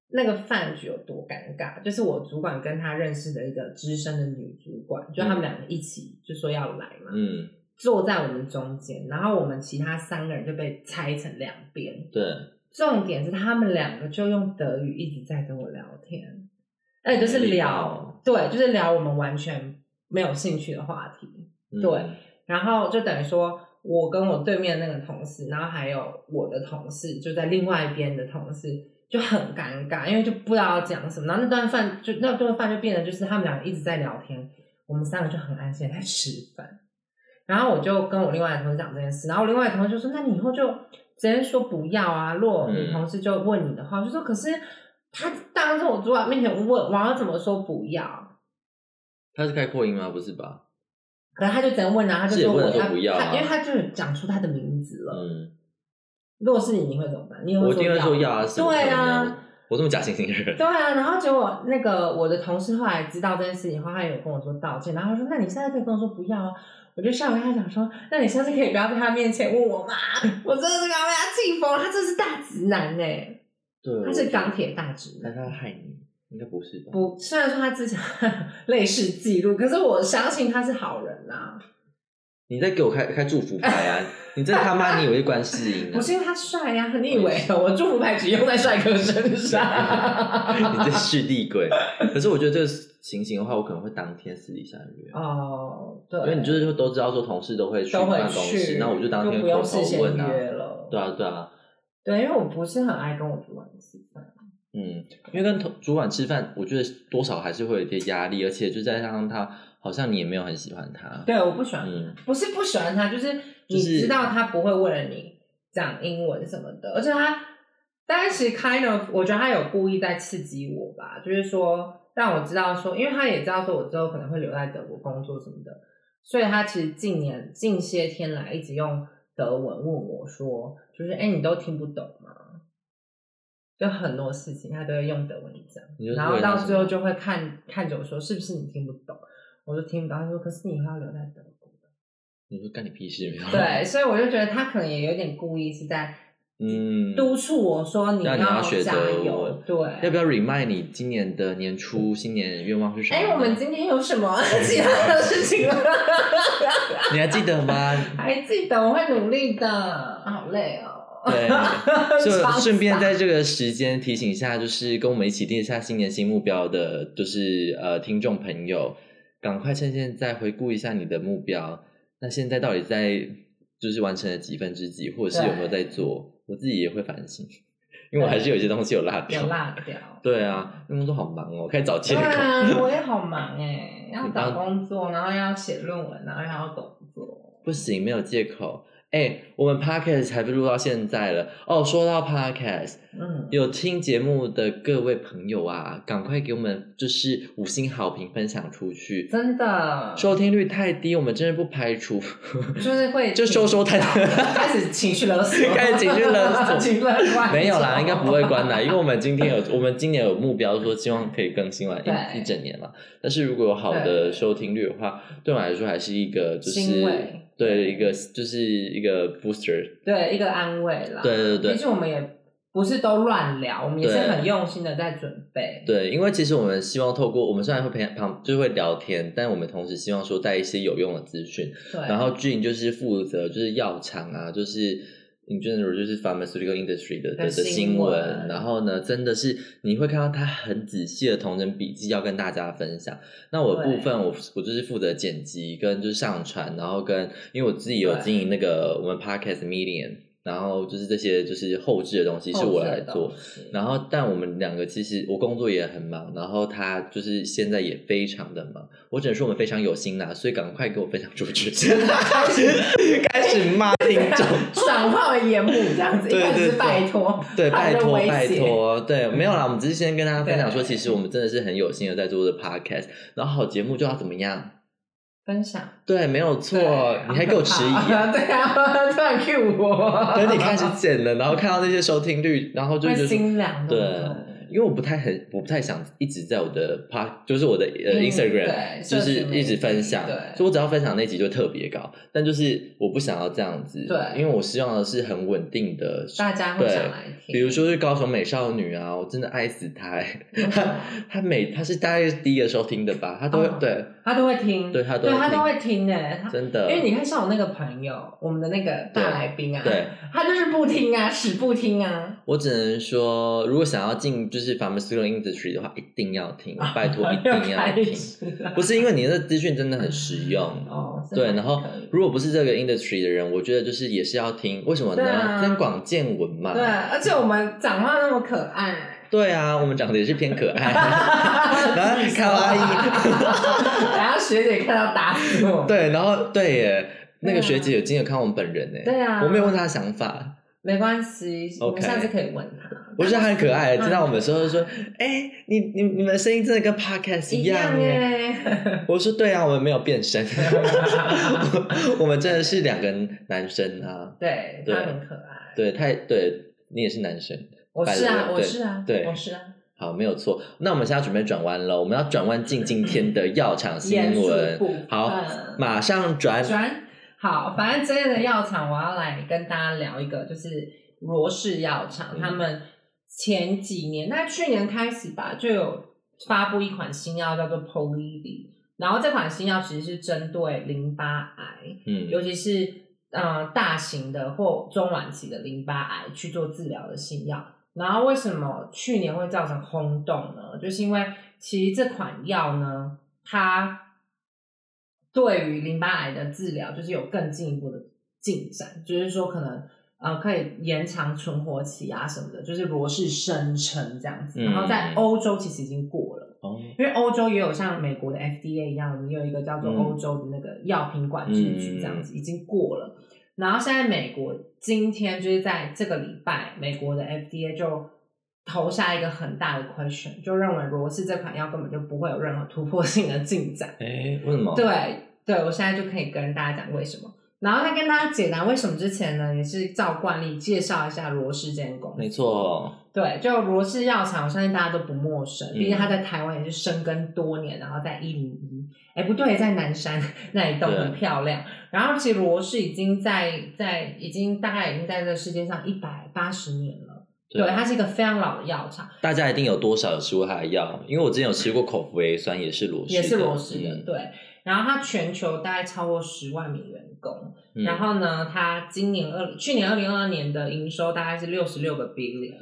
[SPEAKER 2] 那个饭局有多尴尬，就是我主管跟他认识的一个资深的女主管，就他们两个一起就说要来嘛，
[SPEAKER 1] 嗯，
[SPEAKER 2] 坐在我们中间，然后我们其他三个人就被拆成两边。
[SPEAKER 1] 对，
[SPEAKER 2] 重点是他们两个就用德语一直在跟我聊天，而且就是
[SPEAKER 1] 很厉害
[SPEAKER 2] 聊，对，就是聊我们完全没有兴趣的话题。
[SPEAKER 1] 嗯
[SPEAKER 2] 对，然后就等于说，我跟我对面那个同事，然后还有我的同事，就在另外一边的同事就很尴尬，因为就不知道要讲什么。然后那顿饭就那顿饭就变得就是他们两个一直在聊天，我们三个就很安静地在吃饭。然后我就跟我另外的同事讲这件事，然后我另外的同事就说：“那你以后就直接说不要啊。”如果你
[SPEAKER 1] 嗯
[SPEAKER 2] 同事就问你的话，我就说：“可是他当着我主管面前问，我要怎么说不要？”
[SPEAKER 1] 他是开扩音吗？不是吧？
[SPEAKER 2] 可是他就直接问啊，他就是
[SPEAKER 1] 也
[SPEAKER 2] 说
[SPEAKER 1] 不
[SPEAKER 2] 我
[SPEAKER 1] 能
[SPEAKER 2] 要，
[SPEAKER 1] 说不要啊
[SPEAKER 2] 他因为他就是讲出他的名字了。
[SPEAKER 1] 嗯，
[SPEAKER 2] 如果是你，你会怎么办？你也
[SPEAKER 1] 我
[SPEAKER 2] 会
[SPEAKER 1] 一定会
[SPEAKER 2] 说
[SPEAKER 1] 说要啊，是不是
[SPEAKER 2] 对
[SPEAKER 1] 可能
[SPEAKER 2] 啊，
[SPEAKER 1] 要，我这么假惺惺的人
[SPEAKER 2] 对，啊。然后结果那个我的同事后来知道这件事情后，他有跟我说道歉，然后他说：“那你现在可以跟我说不要啊。”我就笑跟他讲说：“那你下次可以不要在他面前问我吗？ 我真的是要被他气疯了，他真是大直男哎、
[SPEAKER 1] 对，
[SPEAKER 2] 他是钢，铁大直
[SPEAKER 1] 但
[SPEAKER 2] 男。
[SPEAKER 1] 他害你，应该不是吧？
[SPEAKER 2] 不，虽然说他之前类似记录，可是我相信他是好人啊呐、
[SPEAKER 1] 你在给我开开祝福牌啊！你这他妈你以为是观世音啊？
[SPEAKER 2] 不是因 为他帅呀、你以为我祝福牌只用在帅哥身上？
[SPEAKER 1] 你这是地鬼。可是我觉得这个情形的话，我可能会当天私底下约，
[SPEAKER 2] 哦，对，
[SPEAKER 1] 因为你就是都知道说同事都会去
[SPEAKER 2] 都会
[SPEAKER 1] 办公室，
[SPEAKER 2] 去，
[SPEAKER 1] 那我就当天
[SPEAKER 2] 不
[SPEAKER 1] 口
[SPEAKER 2] 用事
[SPEAKER 1] 头
[SPEAKER 2] 先
[SPEAKER 1] 问啊。
[SPEAKER 2] 约了。
[SPEAKER 1] 对啊，对啊，
[SPEAKER 2] 对因为我不是很爱跟我主管吃饭。
[SPEAKER 1] 嗯，因为跟同主管吃饭，我觉得多少还是会有一些压力，而且就再加上他好像你也没有很喜欢他。
[SPEAKER 2] 对，我不喜欢，
[SPEAKER 1] 嗯，
[SPEAKER 2] 不是不喜欢他，就是
[SPEAKER 1] 就
[SPEAKER 2] 你
[SPEAKER 1] 是
[SPEAKER 2] 知道他不会为了你讲英文什么的，而且他，但是其实 kind of，我觉得他有故意在刺激我吧，就是说让我知道说，因为他也知道说我之后可能会留在德国工作什么的，所以他其实近年近些天来一直用德文问我说，就是哎、诶你都听不懂吗？就很多事情他都会用德文讲
[SPEAKER 1] 你就，是
[SPEAKER 2] 然后
[SPEAKER 1] 为了
[SPEAKER 2] 到
[SPEAKER 1] 什
[SPEAKER 2] 最后
[SPEAKER 1] 么
[SPEAKER 2] 就会看看着我说是不是你听不懂，我就听不懂。他说可是你以后要留在德国。
[SPEAKER 1] 你说干你屁事没有？
[SPEAKER 2] 对，，所以我就觉得他可能也有点故意是在
[SPEAKER 1] 嗯，
[SPEAKER 2] 督促我说你
[SPEAKER 1] 让你要学
[SPEAKER 2] 加
[SPEAKER 1] 德
[SPEAKER 2] 油
[SPEAKER 1] 文，
[SPEAKER 2] 对。
[SPEAKER 1] 要不要 remind 你今年的年初新年愿望是什么？
[SPEAKER 2] 哎，我们今天有什么 其他的事情吗？
[SPEAKER 1] 你还记得吗？
[SPEAKER 2] 还记得，我会努力的。好累哦。
[SPEAKER 1] 对
[SPEAKER 2] 超
[SPEAKER 1] 就
[SPEAKER 2] 傻
[SPEAKER 1] 顺便在这个时间提醒一下，就是跟我们一起定下新年新目标的，就是呃听众朋友，赶快趁现在回顾一下你的目标。那现在到底在就是完成了几分之几，或者是有没有在做？我自己也会反省，因为我还是有一些东西有落掉。
[SPEAKER 2] 有辣掉。
[SPEAKER 1] 对啊，因为工作好忙哦，开始找借
[SPEAKER 2] 对
[SPEAKER 1] 口。
[SPEAKER 2] 啊，我也好忙哎，要
[SPEAKER 1] 你
[SPEAKER 2] 找
[SPEAKER 1] 帮
[SPEAKER 2] 工作，然后要写论文，然后还要工作。
[SPEAKER 1] 不行，没有借口。哎、我们 podcast 才录到现在了哦。说到 podcast，
[SPEAKER 2] 嗯，
[SPEAKER 1] 有听节目的各位朋友啊，赶快给我们就是五星好评分享出去。
[SPEAKER 2] 真的。
[SPEAKER 1] 收听率太低，我们真的不排 除。
[SPEAKER 2] 就是会
[SPEAKER 1] 就收收摊
[SPEAKER 2] 开始情绪勒索，
[SPEAKER 1] 开始情绪勒索
[SPEAKER 2] 情绪勒索
[SPEAKER 1] 没有啦，应该不会关的，因为我们今天有，我们今年有目标说希望可以更新完一
[SPEAKER 2] 对
[SPEAKER 1] 一整年了。但是如果有好
[SPEAKER 2] 对
[SPEAKER 1] 的收听率的话，对我来说还是一个就
[SPEAKER 2] 欣
[SPEAKER 1] 是
[SPEAKER 2] 慰
[SPEAKER 1] 对一个就是一个 booster
[SPEAKER 2] 对，一个安慰啦。
[SPEAKER 1] 对对对
[SPEAKER 2] 毕竟我们也不是都乱聊，我们也是
[SPEAKER 1] 对
[SPEAKER 2] 很用心的在准备。
[SPEAKER 1] 对，因为其实我们希望透过我们虽然会陪旁就是会聊天，但我们同时希望说带一些有用的资讯。
[SPEAKER 2] 对，
[SPEAKER 1] 然后俊就是负责就是药厂啊，就是 in general 就是 pharmaceutical industry 的
[SPEAKER 2] 的
[SPEAKER 1] 的的
[SPEAKER 2] 新
[SPEAKER 1] 新
[SPEAKER 2] 闻
[SPEAKER 1] 闻。然后呢，真的是你会看到他很仔细的同人笔记要跟大家分享。那我的
[SPEAKER 2] 对
[SPEAKER 1] 部分我我就是负责剪辑跟就是上传，然后跟因为我自己有
[SPEAKER 2] 对
[SPEAKER 1] 经营那个我们 podcast medium，然后就是这些就是后置的东西是我来做。
[SPEAKER 2] 后置的东西。
[SPEAKER 1] 然后，但我们两个其实我工作也很忙，然后他就是现在也非常的忙。我只能说我们非常有心啦，所以赶快给我分享出去。 开始开始骂听众，
[SPEAKER 2] 转化为言母这样子，一
[SPEAKER 1] 对
[SPEAKER 2] 开始
[SPEAKER 1] 对
[SPEAKER 2] 是
[SPEAKER 1] 对
[SPEAKER 2] 拜托，
[SPEAKER 1] 对，
[SPEAKER 2] 怕
[SPEAKER 1] 拜
[SPEAKER 2] 人
[SPEAKER 1] 托
[SPEAKER 2] 威
[SPEAKER 1] 拜
[SPEAKER 2] 胁，
[SPEAKER 1] 托，对，没有啦，我们只是先跟大家分享说，
[SPEAKER 2] 对
[SPEAKER 1] 其实我们真的是很有心的在做这 podcast，然后好节目就要怎么样？
[SPEAKER 2] 分享。
[SPEAKER 1] 对，没有错
[SPEAKER 2] 对，
[SPEAKER 1] 你还给我迟疑、
[SPEAKER 2] 对啊，突然 cue 我，
[SPEAKER 1] 等你开始剪了，然后看到那些收听率，然后就
[SPEAKER 2] 会
[SPEAKER 1] 觉得说
[SPEAKER 2] 心凉，
[SPEAKER 1] 对
[SPEAKER 2] 对不对。
[SPEAKER 1] 因为我不太很，我不太想一直在我的 p a 就是我的呃
[SPEAKER 2] 嗯
[SPEAKER 1] Instagram，、
[SPEAKER 2] 对
[SPEAKER 1] 就是一直分享
[SPEAKER 2] 对，
[SPEAKER 1] 所以我只要分享那集就特别高，但就是我不想要这样子，
[SPEAKER 2] 对
[SPEAKER 1] 因为我希望的是很稳定的，
[SPEAKER 2] 大家会
[SPEAKER 1] 对
[SPEAKER 2] 想来听，
[SPEAKER 1] 比如说是高雄美少女啊，我真的爱死她、 欸
[SPEAKER 2] 为什么，
[SPEAKER 1] 她每她是大概是第一个收听的吧，她都会、
[SPEAKER 2] 嗯
[SPEAKER 1] 对，
[SPEAKER 2] 他都会听，
[SPEAKER 1] 对他都会
[SPEAKER 2] 对他
[SPEAKER 1] 听
[SPEAKER 2] 都会听诶，他
[SPEAKER 1] 真的，
[SPEAKER 2] 因为你看，像我那个朋友，我们的那个大来宾啊，
[SPEAKER 1] 对，
[SPEAKER 2] 他就是不听啊，死不听啊，
[SPEAKER 1] 我只能说，如果想要进就是 pharmaceutical industry 的话，一定要 听，拜托一定要
[SPEAKER 2] 开
[SPEAKER 1] 听，
[SPEAKER 2] 始啊
[SPEAKER 1] 不是因为你的资讯真的很实 用。
[SPEAKER 2] 哦，是
[SPEAKER 1] 对，
[SPEAKER 2] 吗
[SPEAKER 1] 然后
[SPEAKER 2] 可以
[SPEAKER 1] 如果不是这个 industry 的人，我觉得就是也是要听，为什么呢？
[SPEAKER 2] 对啊
[SPEAKER 1] 增广见闻嘛。
[SPEAKER 2] 对，啊而且我们长话那么可 爱，
[SPEAKER 1] 对啊，我们长得也是偏可 爱，
[SPEAKER 2] 然
[SPEAKER 1] 然后卡哇
[SPEAKER 2] 伊，然后学姐看到打死我，
[SPEAKER 1] 对，然后对耶，那
[SPEAKER 2] 对啊
[SPEAKER 1] 个学姐有今天有看我们本人呢，
[SPEAKER 2] 对啊
[SPEAKER 1] 我没有问她想法，
[SPEAKER 2] 没关系，我们
[SPEAKER 1] OK
[SPEAKER 2] 下次可以啊问他，
[SPEAKER 1] 我觉得她很可爱，
[SPEAKER 2] 嗯
[SPEAKER 1] 听到我们的时候就说，哎，你你你们声音真的跟 podcast 一样耶。
[SPEAKER 2] 耶，
[SPEAKER 1] 我说对啊，我们没有变 身， 我们真的是两个男生啊。
[SPEAKER 2] 对，
[SPEAKER 1] 对
[SPEAKER 2] 他很可爱，
[SPEAKER 1] 对，太对你也是男生，
[SPEAKER 2] 我是啊，
[SPEAKER 1] 对
[SPEAKER 2] 我是啊，
[SPEAKER 1] 对
[SPEAKER 2] 我是啊，
[SPEAKER 1] 好，没有错。那我们现在准备转弯了，我们要转弯进今天的药厂
[SPEAKER 2] 严
[SPEAKER 1] 新
[SPEAKER 2] 肃
[SPEAKER 1] 闻
[SPEAKER 2] 嗯部。
[SPEAKER 1] 好
[SPEAKER 2] 分，
[SPEAKER 1] 马上转。
[SPEAKER 2] 转好，反正今天的药厂，我要来跟大家聊一个，就是罗氏药厂，
[SPEAKER 1] 嗯
[SPEAKER 2] 他们前几年，那去年开始吧，就有发布一款新药叫做 Polivy，然后这款新药其实是针对淋巴癌，
[SPEAKER 1] 嗯
[SPEAKER 2] 尤其是呃大型的或中晚期的淋巴癌去做治疗的新药。然后为什么去年会造成轰动呢？就是因为其实这款药呢，它对于淋巴癌的治疗就是有更进一步的进展，就是说可能呃可以延长存活期啊什么的，就是罗氏声称这样子。
[SPEAKER 1] 嗯
[SPEAKER 2] 然后在欧洲其实已经过了，
[SPEAKER 1] 哦，
[SPEAKER 2] 因为欧洲也有像美国的 FDA 一样，也有一个叫做
[SPEAKER 1] 嗯
[SPEAKER 2] 欧洲的那个药品管制局这样子，已经过了。然后现在美国今天就是在这个礼拜，美国的 FDA 就投下一个很大的 question，就认为罗氏这款药根本就不会有任何突破性的进展。
[SPEAKER 1] 哎，为什么？
[SPEAKER 2] 对对，我现在就可以跟大家讲为什么。然后在跟大家解答为什么之前呢，也是照惯例介绍一下罗氏这间公司。
[SPEAKER 1] 没错，
[SPEAKER 2] 对，就罗氏药厂，我相信大家都不陌生，
[SPEAKER 1] 嗯
[SPEAKER 2] 毕竟它在台湾也是深耕多年，然后在一零一，哎，不对，在南山那一栋
[SPEAKER 1] 对
[SPEAKER 2] 很漂亮。然后其实罗氏已经在在已经大概已经在这个世界上一百八十年了，对，它是一个非常老的药厂，
[SPEAKER 1] 啊大家一定有多少有吃过它的药？因为我之前有吃过口服 A 酸，也是罗氏的，
[SPEAKER 2] 也是罗氏的，
[SPEAKER 1] 嗯，
[SPEAKER 2] 对。然后它全球大概超过十万名员工，
[SPEAKER 1] 嗯
[SPEAKER 2] 然后呢，它今年二去年二零二二年的营收大概是六十六个 billion，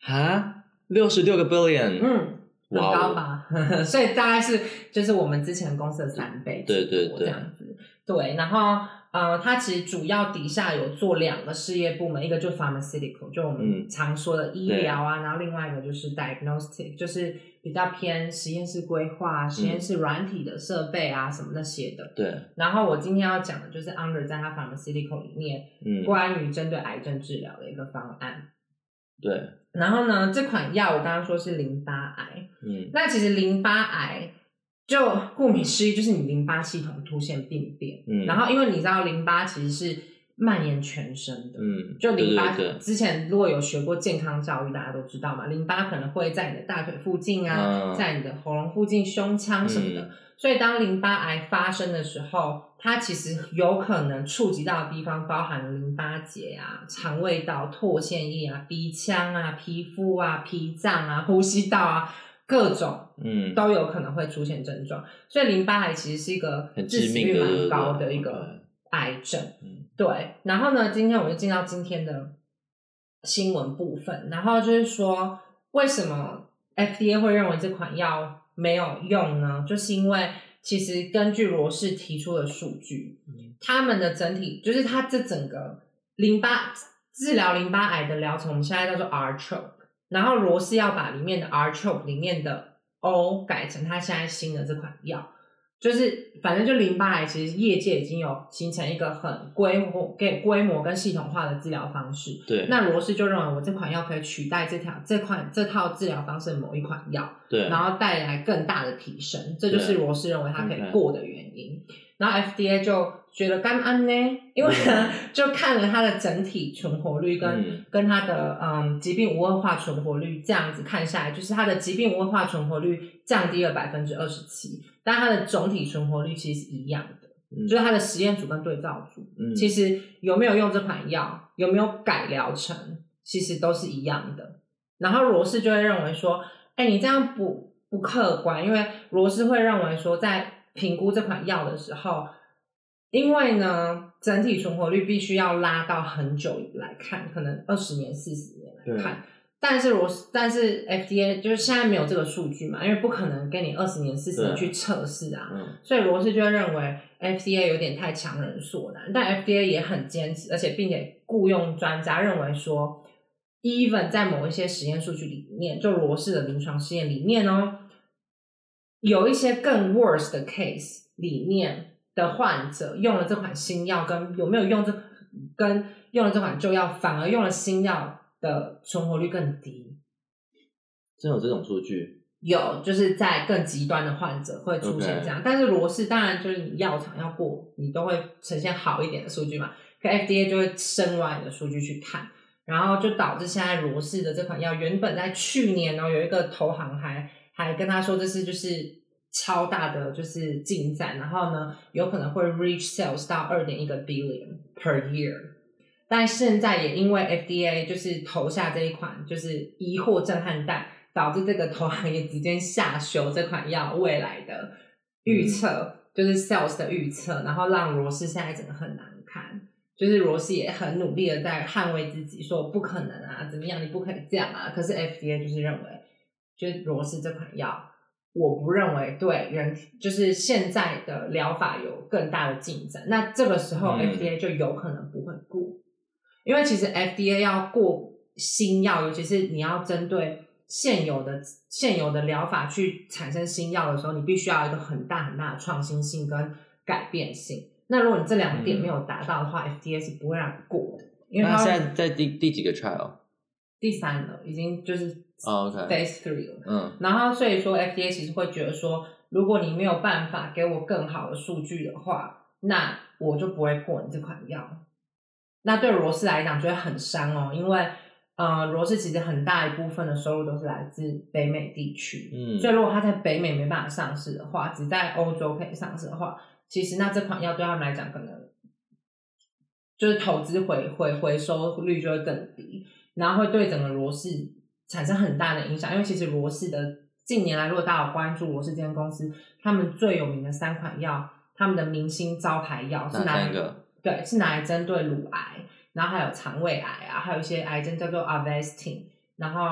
[SPEAKER 1] 哈，六十六个 billion，
[SPEAKER 2] 嗯，很
[SPEAKER 1] 哇哦
[SPEAKER 2] 高吧， 所以大概是就是我们之前公司的三倍之
[SPEAKER 1] 对对
[SPEAKER 2] 多
[SPEAKER 1] 对
[SPEAKER 2] 这样子。对，然后呃，它其实主要底下有做两个事业部门，一个就 pharmaceutical，就我
[SPEAKER 1] 嗯
[SPEAKER 2] 们常说的医疗啊，然后另外一个就是 diagnostic，就是比较偏实验室规划、啊实
[SPEAKER 1] 嗯
[SPEAKER 2] 验室软体的设备啊、什么那些的。
[SPEAKER 1] 对，
[SPEAKER 2] 然后我今天要讲的就是 Under 在它 pharmaceutical 里面
[SPEAKER 1] 嗯，
[SPEAKER 2] 关于针对癌症治疗的一个方案。
[SPEAKER 1] 对，
[SPEAKER 2] 然后呢，这款药我刚刚说是淋巴癌。
[SPEAKER 1] 嗯，
[SPEAKER 2] 那其实淋巴癌就顾名思义，就是你淋巴系统出现病变。
[SPEAKER 1] 嗯
[SPEAKER 2] 然后因为你知道淋巴其实是蔓延全身的，
[SPEAKER 1] 嗯，
[SPEAKER 2] 就淋巴
[SPEAKER 1] 对对对
[SPEAKER 2] 之前如果有学过健康教育，大家都知道嘛，淋巴可能会在你的大腿附近啊，
[SPEAKER 1] 嗯
[SPEAKER 2] 在你的喉咙附近、胸腔什么的。
[SPEAKER 1] 嗯
[SPEAKER 2] 所以当淋巴癌发生的时候，它其实有可能触及到的地方包含淋巴结啊、肠胃道、唾腺液啊、鼻腔啊、皮肤啊、脾脏啊、呼吸道啊。各种
[SPEAKER 1] 嗯，
[SPEAKER 2] 都有可能会出现症状，所以淋巴癌其实是一个
[SPEAKER 1] 很
[SPEAKER 2] 致
[SPEAKER 1] 致
[SPEAKER 2] 死
[SPEAKER 1] 命
[SPEAKER 2] 率
[SPEAKER 1] 的
[SPEAKER 2] 蛮高
[SPEAKER 1] 对
[SPEAKER 2] 的
[SPEAKER 1] 对
[SPEAKER 2] 一
[SPEAKER 1] 对
[SPEAKER 2] 个癌症。
[SPEAKER 1] 嗯
[SPEAKER 2] 对，然后呢，今天我就进到今天的新闻部分，然后就是说，为什么 FDA 会认为这款药没有用呢？就是因为其实根据罗氏提出的数据，
[SPEAKER 1] 嗯
[SPEAKER 2] 他们的整体就是它这整个淋巴治疗淋巴癌的疗程，我们现在叫做 R CHOP，然后罗氏要把里面的 R CHOP 里面的 O 改成它现在新的这款药，就是反正就淋巴癌，其实业界已经有形成一个很规模、给规模跟系统化的治疗方式。
[SPEAKER 1] 对，
[SPEAKER 2] 那罗氏就认为我这款药可以取代这条这款这套治疗方式的某一款药，
[SPEAKER 1] 对，
[SPEAKER 2] 然后带来更大的提升，这就是
[SPEAKER 1] 对嗯
[SPEAKER 2] 罗氏认为它可以
[SPEAKER 1] OK
[SPEAKER 2] 过的原因。然后 FDA 就觉得干安呢，因为呢
[SPEAKER 1] 嗯
[SPEAKER 2] 就看了它的整体存活率跟、
[SPEAKER 1] 嗯
[SPEAKER 2] 跟它的嗯疾病无恶化存活率，这样子看下来，就是它的疾病无恶化存活率降低了百分之二十七，但它的总体存活率其实是一样的，
[SPEAKER 1] 嗯
[SPEAKER 2] 就是它的实验组跟对照组，
[SPEAKER 1] 嗯
[SPEAKER 2] 其实有没有用这款药，有没有改疗程，其实都是一样的。然后罗氏就会认为说，哎，你这样不不客观，因为罗氏会认为说，在评估这款药的时候，因为呢，整体存活率必须要拉到很久以来看，可能二十年、四十年来看。但是罗氏，但是 FDA 就是现在没有这个数据嘛，因为不可能给你二十年、四十年
[SPEAKER 1] 对
[SPEAKER 2] 去测试啊。
[SPEAKER 1] 嗯
[SPEAKER 2] 所以罗氏就会认为 FDA 有点太强人所难，但 FDA 也很坚持，而且并且雇佣专家认为说，even 在某一些实验数据里面，就罗氏的临床试验里面哦，有一些更 worse 的 case 里面的患者用了这款新药，跟有没有用这跟用了这款旧药，反而用了新药的存活率更低。
[SPEAKER 1] 真有这种数据，
[SPEAKER 2] 有，就是在更极端的患者会出现这样。但是罗氏当然就是你药厂要过，你都会呈现好一点的数据嘛。可 FDA 就会深挖你的数据去看，然后就导致现在罗氏的这款药原本在去年哦有一个投行还还跟他说这是就是超大的就是进展，然后呢有可能会 reach sales 到二点一个 billion per year。但现在也因为 FDA 就是投下这一款就是疑惑震撼弹，导致这个投行也直接下修这款药未来的预测，就是 sales 的预测，然后让罗氏现在整个很难堪。就是罗氏也很努力的在捍卫自己，说不可能啊，怎么样，你不可以这样啊。可是 FDA 就是认为，就是罗氏这款药，我不认为对人体，就是现在的疗法有更大的进展。那这个时候
[SPEAKER 1] 嗯
[SPEAKER 2] FDA 就有可能不会过，因为其实 FDA 要过新药，尤其是你要针对现有的现有的疗法去产生新药的时候，你必须要有一个很大很大的创新性跟改变性。那如果你这两点
[SPEAKER 1] 嗯
[SPEAKER 2] 没有达到的话、f d a 是不会让你过的，因为
[SPEAKER 1] 那
[SPEAKER 2] 它
[SPEAKER 1] 现在在第第几个 trial？
[SPEAKER 2] 第三了，已经就是
[SPEAKER 1] 哦，OK
[SPEAKER 2] phase three 了。
[SPEAKER 1] 嗯
[SPEAKER 2] 然后所以说 FDA 其实会觉得说，如果你没有办法给我更好的数据的话，那我就不会过你这款药。那对罗氏来讲就会很伤哦，因为呃，罗氏其实很大一部分的收入都是来自北美地区，
[SPEAKER 1] 嗯
[SPEAKER 2] 所以如果它在北美没办法上市的话，只在欧洲可以上市的话，其实那这款药对他们来讲可能就是投资回回回收率就会更低，然后会对整个罗氏产生很大的影响。因为其实罗氏的近年来，如果大家有关注罗氏这间公司，他们最有名的三款药，他们的明星招牌药是
[SPEAKER 1] 哪
[SPEAKER 2] 拿来
[SPEAKER 1] 三个
[SPEAKER 2] 对，是拿来针对乳癌，然后还有肠胃癌啊，还有一些癌症叫做 Avastin，然后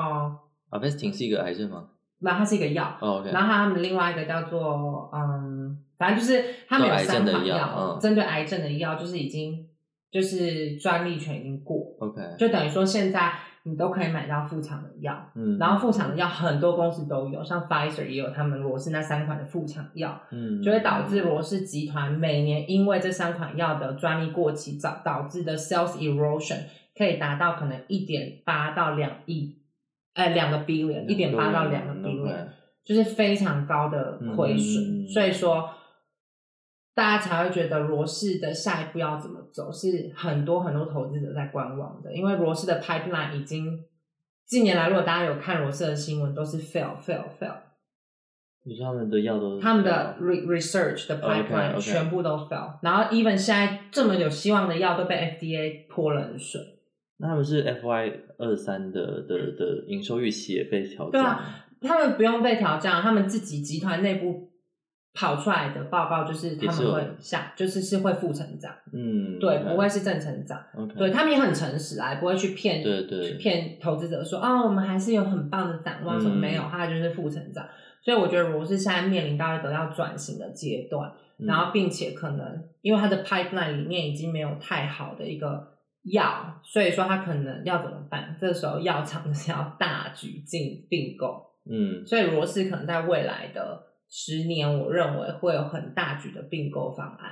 [SPEAKER 1] a v e s t i n 是一个癌症吗
[SPEAKER 2] 然后它是一个药，
[SPEAKER 1] 哦？OK，
[SPEAKER 2] 然后他们另外一个叫做嗯，反正就是他们有
[SPEAKER 1] 做癌症
[SPEAKER 2] 三款
[SPEAKER 1] 的药嗯
[SPEAKER 2] 针对癌症的药就是已经就是专利权已经过，
[SPEAKER 1] OK，
[SPEAKER 2] 就等于说现在你都可以买到副厂的药，
[SPEAKER 1] 嗯，
[SPEAKER 2] 然后副厂的药很多公司都有，像 Pfizer 也有他们罗氏那三款的副厂药，
[SPEAKER 1] 嗯
[SPEAKER 2] 就会导致罗氏集团每年因为这三款药的专利过期导导致的 sales erosion 可以达到可能一点八到两亿，呃，两个 billion，一点八到两个 billion，就是非常高的亏损。
[SPEAKER 1] 嗯
[SPEAKER 2] 所以说，大家才会觉得罗氏的下一步要怎么走，是很多很多投资者在观望的，因为罗氏的 pipeline 已经近年来，如果大家有看罗氏的新闻，都是 fail fail fail。
[SPEAKER 1] 你说他们的药都是
[SPEAKER 2] 他们的 re research 的
[SPEAKER 1] 嗯 OK，OK
[SPEAKER 2] pipeline 全部都 fail，然后 even 现在这么有希望的药都被 FDA 泼冷水，
[SPEAKER 1] 那他们是 FY 二三的的的营收预期也被调整，
[SPEAKER 2] 对啊，他们不用被调降，他们自己集团内部跑出来的报告就是他
[SPEAKER 1] 也是有
[SPEAKER 2] 们会下，就是是会负成长，
[SPEAKER 1] 嗯，
[SPEAKER 2] 对，不会是正成长，
[SPEAKER 1] ，OK，
[SPEAKER 2] 对他们也很诚实啊，也不会去骗
[SPEAKER 1] 嗯对对
[SPEAKER 2] 去骗投资者说啊、我们还是有很棒的展望，
[SPEAKER 1] 嗯
[SPEAKER 2] 什么没有，它就是负成长，所以我觉得罗氏现在面临到一个要转型的阶段。
[SPEAKER 1] 嗯
[SPEAKER 2] 然后并且可能因为它的 pipeline 里面已经没有太好的一个药，所以说它可能要怎么办？这时候药厂就是要大举进并购，
[SPEAKER 1] 嗯
[SPEAKER 2] 所以罗氏可能在未来的十年，我认为会有很大举的并购方案，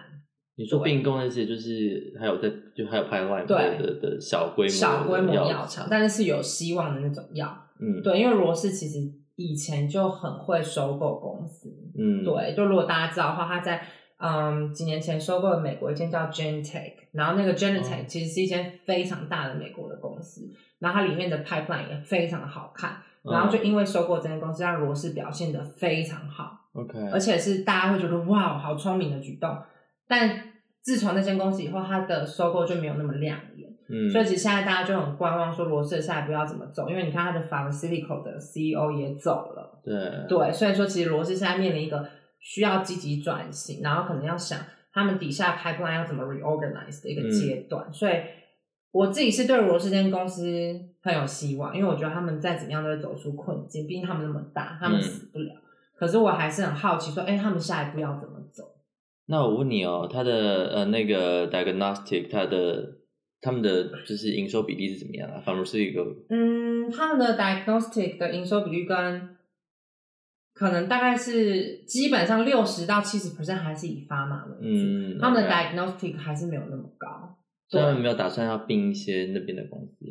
[SPEAKER 1] 你说
[SPEAKER 2] 对
[SPEAKER 1] 并购那些就是还有在就还有拍外
[SPEAKER 2] 对
[SPEAKER 1] 的的小规模
[SPEAKER 2] 小规模
[SPEAKER 1] 的
[SPEAKER 2] 药厂，但是是有希望的那种药。
[SPEAKER 1] 嗯
[SPEAKER 2] 对，因为罗氏其实以前就很会收购公司，
[SPEAKER 1] 嗯
[SPEAKER 2] 对，就如果大家知道的话，他在嗯几年前收购了美国一间叫 Genentech，然后那
[SPEAKER 1] 哦
[SPEAKER 2] 个 Genentech 其实是一间非常大的美国的公司，然后它里面的 pipeline 也非常的好看，
[SPEAKER 1] 嗯
[SPEAKER 2] 然后就因为收购这间公司，让罗氏表现的非常好，
[SPEAKER 1] OK，
[SPEAKER 2] 而且是大家会觉得哇，好聪明的举动，但自从那间公司以后，它的收购就没有那么亮眼。
[SPEAKER 1] 嗯
[SPEAKER 2] 所以其实现在大家就很观望，说罗氏的下一步要怎么走，因为你看它的 Pharmaceutical 的 CEO 也走了，
[SPEAKER 1] 对
[SPEAKER 2] 对，所以说其实罗氏现在面临一个需要积极转型，然后可能要想他们底下 pipeline 要怎么 reorganize 的
[SPEAKER 1] 嗯
[SPEAKER 2] 一个阶段。所以我自己是对罗氏这间公司很有希望，因为我觉得他们再怎么样都会走出困境，毕竟他们那么大，他们
[SPEAKER 1] 嗯
[SPEAKER 2] 死不了。可是我还是很好奇说，哎，他们下一步要怎么走？
[SPEAKER 1] 那我问你哦，它的呃那个 diagnostic 它的他们的就是营收比例是怎么样啊？反而是一个
[SPEAKER 2] 嗯，他们的 diagnostic 的营收比率跟可能大概是基本上六十到七十 percent 还是以发马为主。
[SPEAKER 1] 嗯，
[SPEAKER 2] 他们的
[SPEAKER 1] OK
[SPEAKER 2] diagnostic 还是没有那么高。
[SPEAKER 1] 所以他们
[SPEAKER 2] 对，
[SPEAKER 1] 没有打算要并一些那边的公司，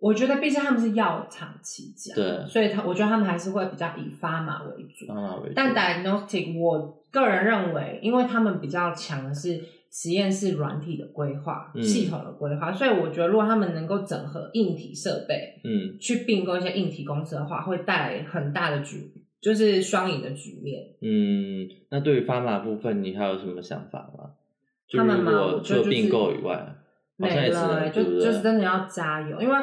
[SPEAKER 2] 我觉得毕竟他们是药厂起家，
[SPEAKER 1] 对啊
[SPEAKER 2] 所以他我觉得他们还是会比较以发麻为主。
[SPEAKER 1] 妈妈为主
[SPEAKER 2] 但 diagnostic 我个人认为，因为他们比较强的是实验室软体的规划、
[SPEAKER 1] 嗯
[SPEAKER 2] 系统的规划，所以我觉得如果他们能够整合硬体设备
[SPEAKER 1] 嗯
[SPEAKER 2] 去并购一些硬体公司的话，会带来很大的局，就是双赢的局面。
[SPEAKER 1] 嗯，那对于发马部分，你还有什么想法吗？就
[SPEAKER 2] 他们
[SPEAKER 1] 如
[SPEAKER 2] 吗
[SPEAKER 1] 果
[SPEAKER 2] 我
[SPEAKER 1] 除
[SPEAKER 2] 觉得
[SPEAKER 1] 了
[SPEAKER 2] 就是
[SPEAKER 1] 并购以外，好像
[SPEAKER 2] 没
[SPEAKER 1] 也只
[SPEAKER 2] 了、
[SPEAKER 1] 能
[SPEAKER 2] 就
[SPEAKER 1] 对不对
[SPEAKER 2] 就是真的要加油，因为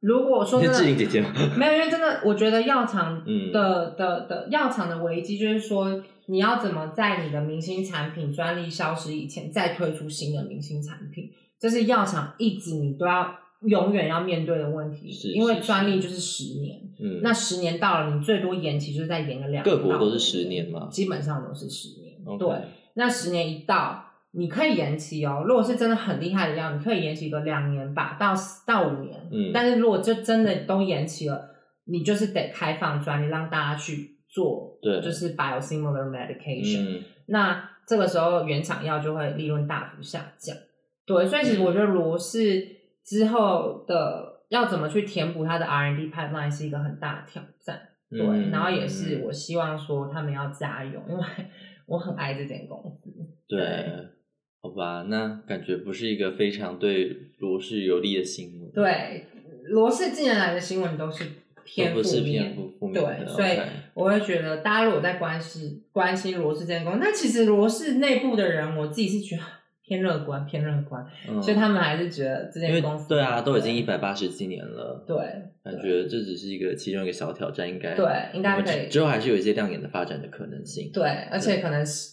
[SPEAKER 2] 如果说真的，
[SPEAKER 1] 志玲姐姐吗
[SPEAKER 2] 没有，因为真的，我觉得药厂
[SPEAKER 1] 嗯
[SPEAKER 2] 的、的的药厂的危机就是说，你要怎么在你的明星产品专利消失以前再推出新的明星产品，这是药厂一直你都要永远要面对的问题，
[SPEAKER 1] 是
[SPEAKER 2] 因为
[SPEAKER 1] 是
[SPEAKER 2] 专利
[SPEAKER 1] 是
[SPEAKER 2] 就是十年，
[SPEAKER 1] 嗯，
[SPEAKER 2] 那十年到了，你最多延期就是再延个两
[SPEAKER 1] 各国
[SPEAKER 2] 到
[SPEAKER 1] 都
[SPEAKER 2] 五
[SPEAKER 1] 是十年吗
[SPEAKER 2] 基本上都是十年
[SPEAKER 1] OK
[SPEAKER 2] 对。那十年一到，你可以延期哦。如果是真的很厉害的药，你可以延期个两年吧，到到五年。
[SPEAKER 1] 嗯
[SPEAKER 2] 但是如果就真的都延期了，你就是得开放专利让大家去做，
[SPEAKER 1] 对
[SPEAKER 2] 就是 biosimilar medication，、
[SPEAKER 1] 嗯，
[SPEAKER 2] 那这个时候原厂药就会利润大幅下降。对，所以其实我觉得罗氏之后的要怎么去填补它的 R&D pipeline 是一个很大的挑战。对，
[SPEAKER 1] 嗯
[SPEAKER 2] 然后也是我希望说他们要加油，因为 我很爱这间公司。
[SPEAKER 1] 对
[SPEAKER 2] 对，
[SPEAKER 1] 好吧，那感觉不是一个非常对罗氏有利的新闻，，
[SPEAKER 2] 对，罗氏近年来的新闻都是偏
[SPEAKER 1] 都不是
[SPEAKER 2] 负面
[SPEAKER 1] 偏负负面的
[SPEAKER 2] 对，所以
[SPEAKER 1] OK
[SPEAKER 2] 我会觉得大家如果在关心关心罗氏这间公司，但其实罗氏内部的人，我自己是觉得偏乐观，偏乐观。
[SPEAKER 1] 嗯、
[SPEAKER 2] 所以他们还是觉得这
[SPEAKER 1] 因为
[SPEAKER 2] 间公司
[SPEAKER 1] 对啊，都已经一百八十几年了，
[SPEAKER 2] 对
[SPEAKER 1] 感觉这只是一个其中一个小挑战，应该
[SPEAKER 2] 对应
[SPEAKER 1] 我
[SPEAKER 2] 该
[SPEAKER 1] 们
[SPEAKER 2] 可
[SPEAKER 1] 之
[SPEAKER 2] 以
[SPEAKER 1] 之后还是有一些亮眼的发展的可能性，
[SPEAKER 2] 对，而且可能是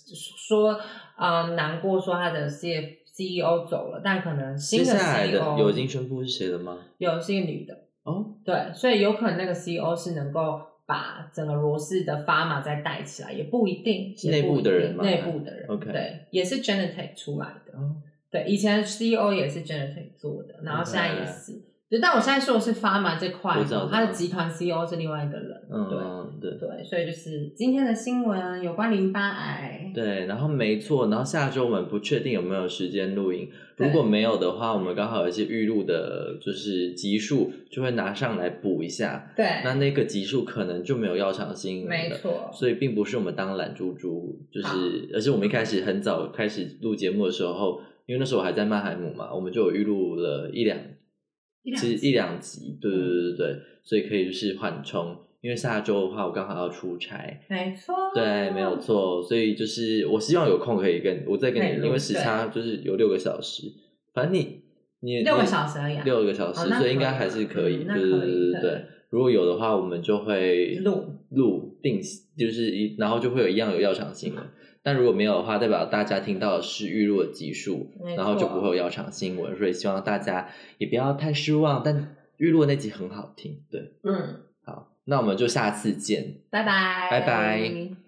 [SPEAKER 2] 说啊、呃难过说他的 C CEO 走了，但可能新
[SPEAKER 1] 接
[SPEAKER 2] 的 E
[SPEAKER 1] 下来
[SPEAKER 2] CEO
[SPEAKER 1] 的有已经宣布是谁了吗？
[SPEAKER 2] 有是一个女的，
[SPEAKER 1] 哦，
[SPEAKER 2] 对，所以有可能那个 CEO 是能够。把整个罗氏的 Fama 再带起来，也不一定
[SPEAKER 1] 是内部的人吗
[SPEAKER 2] 也不一定内部的人
[SPEAKER 1] OK
[SPEAKER 2] 对，也是 Genentech 出来的，
[SPEAKER 1] 哦
[SPEAKER 2] 对，以前 CEO 也是 Genentech 做的，然后现在
[SPEAKER 1] OK
[SPEAKER 2] 也是对，但我现在说的是 Fama 这块
[SPEAKER 1] 我知道，
[SPEAKER 2] 他
[SPEAKER 1] 我知道
[SPEAKER 2] 的集团 CEO 是另外一个人，对，
[SPEAKER 1] 嗯，对。
[SPEAKER 2] 对，所以就是今天的新闻有关淋巴癌。
[SPEAKER 1] 对，然后没错，然后下周我们不确定有没有时间录影，如
[SPEAKER 2] 对
[SPEAKER 1] 果没有的话，我们刚好有一些预录的，就是集数就会拿上来补一下。
[SPEAKER 2] 对
[SPEAKER 1] 那那个集数可能就没有药厂新闻
[SPEAKER 2] 没
[SPEAKER 1] 了，
[SPEAKER 2] 错，
[SPEAKER 1] 所以并不是我们当懒猪猪，就是而且我们一开始很早开始录节目的时候，因为那时候我还在曼海姆嘛，我们就有预录了一两，
[SPEAKER 2] 一两
[SPEAKER 1] 其实
[SPEAKER 2] 集嗯
[SPEAKER 1] 一两集，对对对对对，所以可以就是缓冲，因为下周的话我刚好要出差，
[SPEAKER 2] 没错，
[SPEAKER 1] 对，没
[SPEAKER 2] 嗯
[SPEAKER 1] 有。错。所以就是我希望有空可以跟我再跟
[SPEAKER 2] 可以
[SPEAKER 1] 你，
[SPEAKER 2] 录
[SPEAKER 1] 因为时差就是有六个小时，反正你你
[SPEAKER 2] 六个
[SPEAKER 1] 你
[SPEAKER 2] 小时而已啊
[SPEAKER 1] 六个小时，
[SPEAKER 2] 哦那
[SPEAKER 1] 所以
[SPEAKER 2] 可
[SPEAKER 1] 应该
[SPEAKER 2] 以
[SPEAKER 1] 还是可以，
[SPEAKER 2] 嗯那
[SPEAKER 1] 对对
[SPEAKER 2] 可
[SPEAKER 1] 对
[SPEAKER 2] 以
[SPEAKER 1] 对
[SPEAKER 2] 对
[SPEAKER 1] 对。如果有的话，我们就会
[SPEAKER 2] 录
[SPEAKER 1] 录定，就是一然后就会有一样有药厂新闻。但如果没有的话，代表大家听到的是预录的集数
[SPEAKER 2] 没，
[SPEAKER 1] 然后就
[SPEAKER 2] 错
[SPEAKER 1] 不会有药厂新闻，所以希望大家也不要太失望。但预录的那集很好听，对，
[SPEAKER 2] 嗯，
[SPEAKER 1] 好，那我们就下次见。
[SPEAKER 2] 拜拜，
[SPEAKER 1] 拜拜。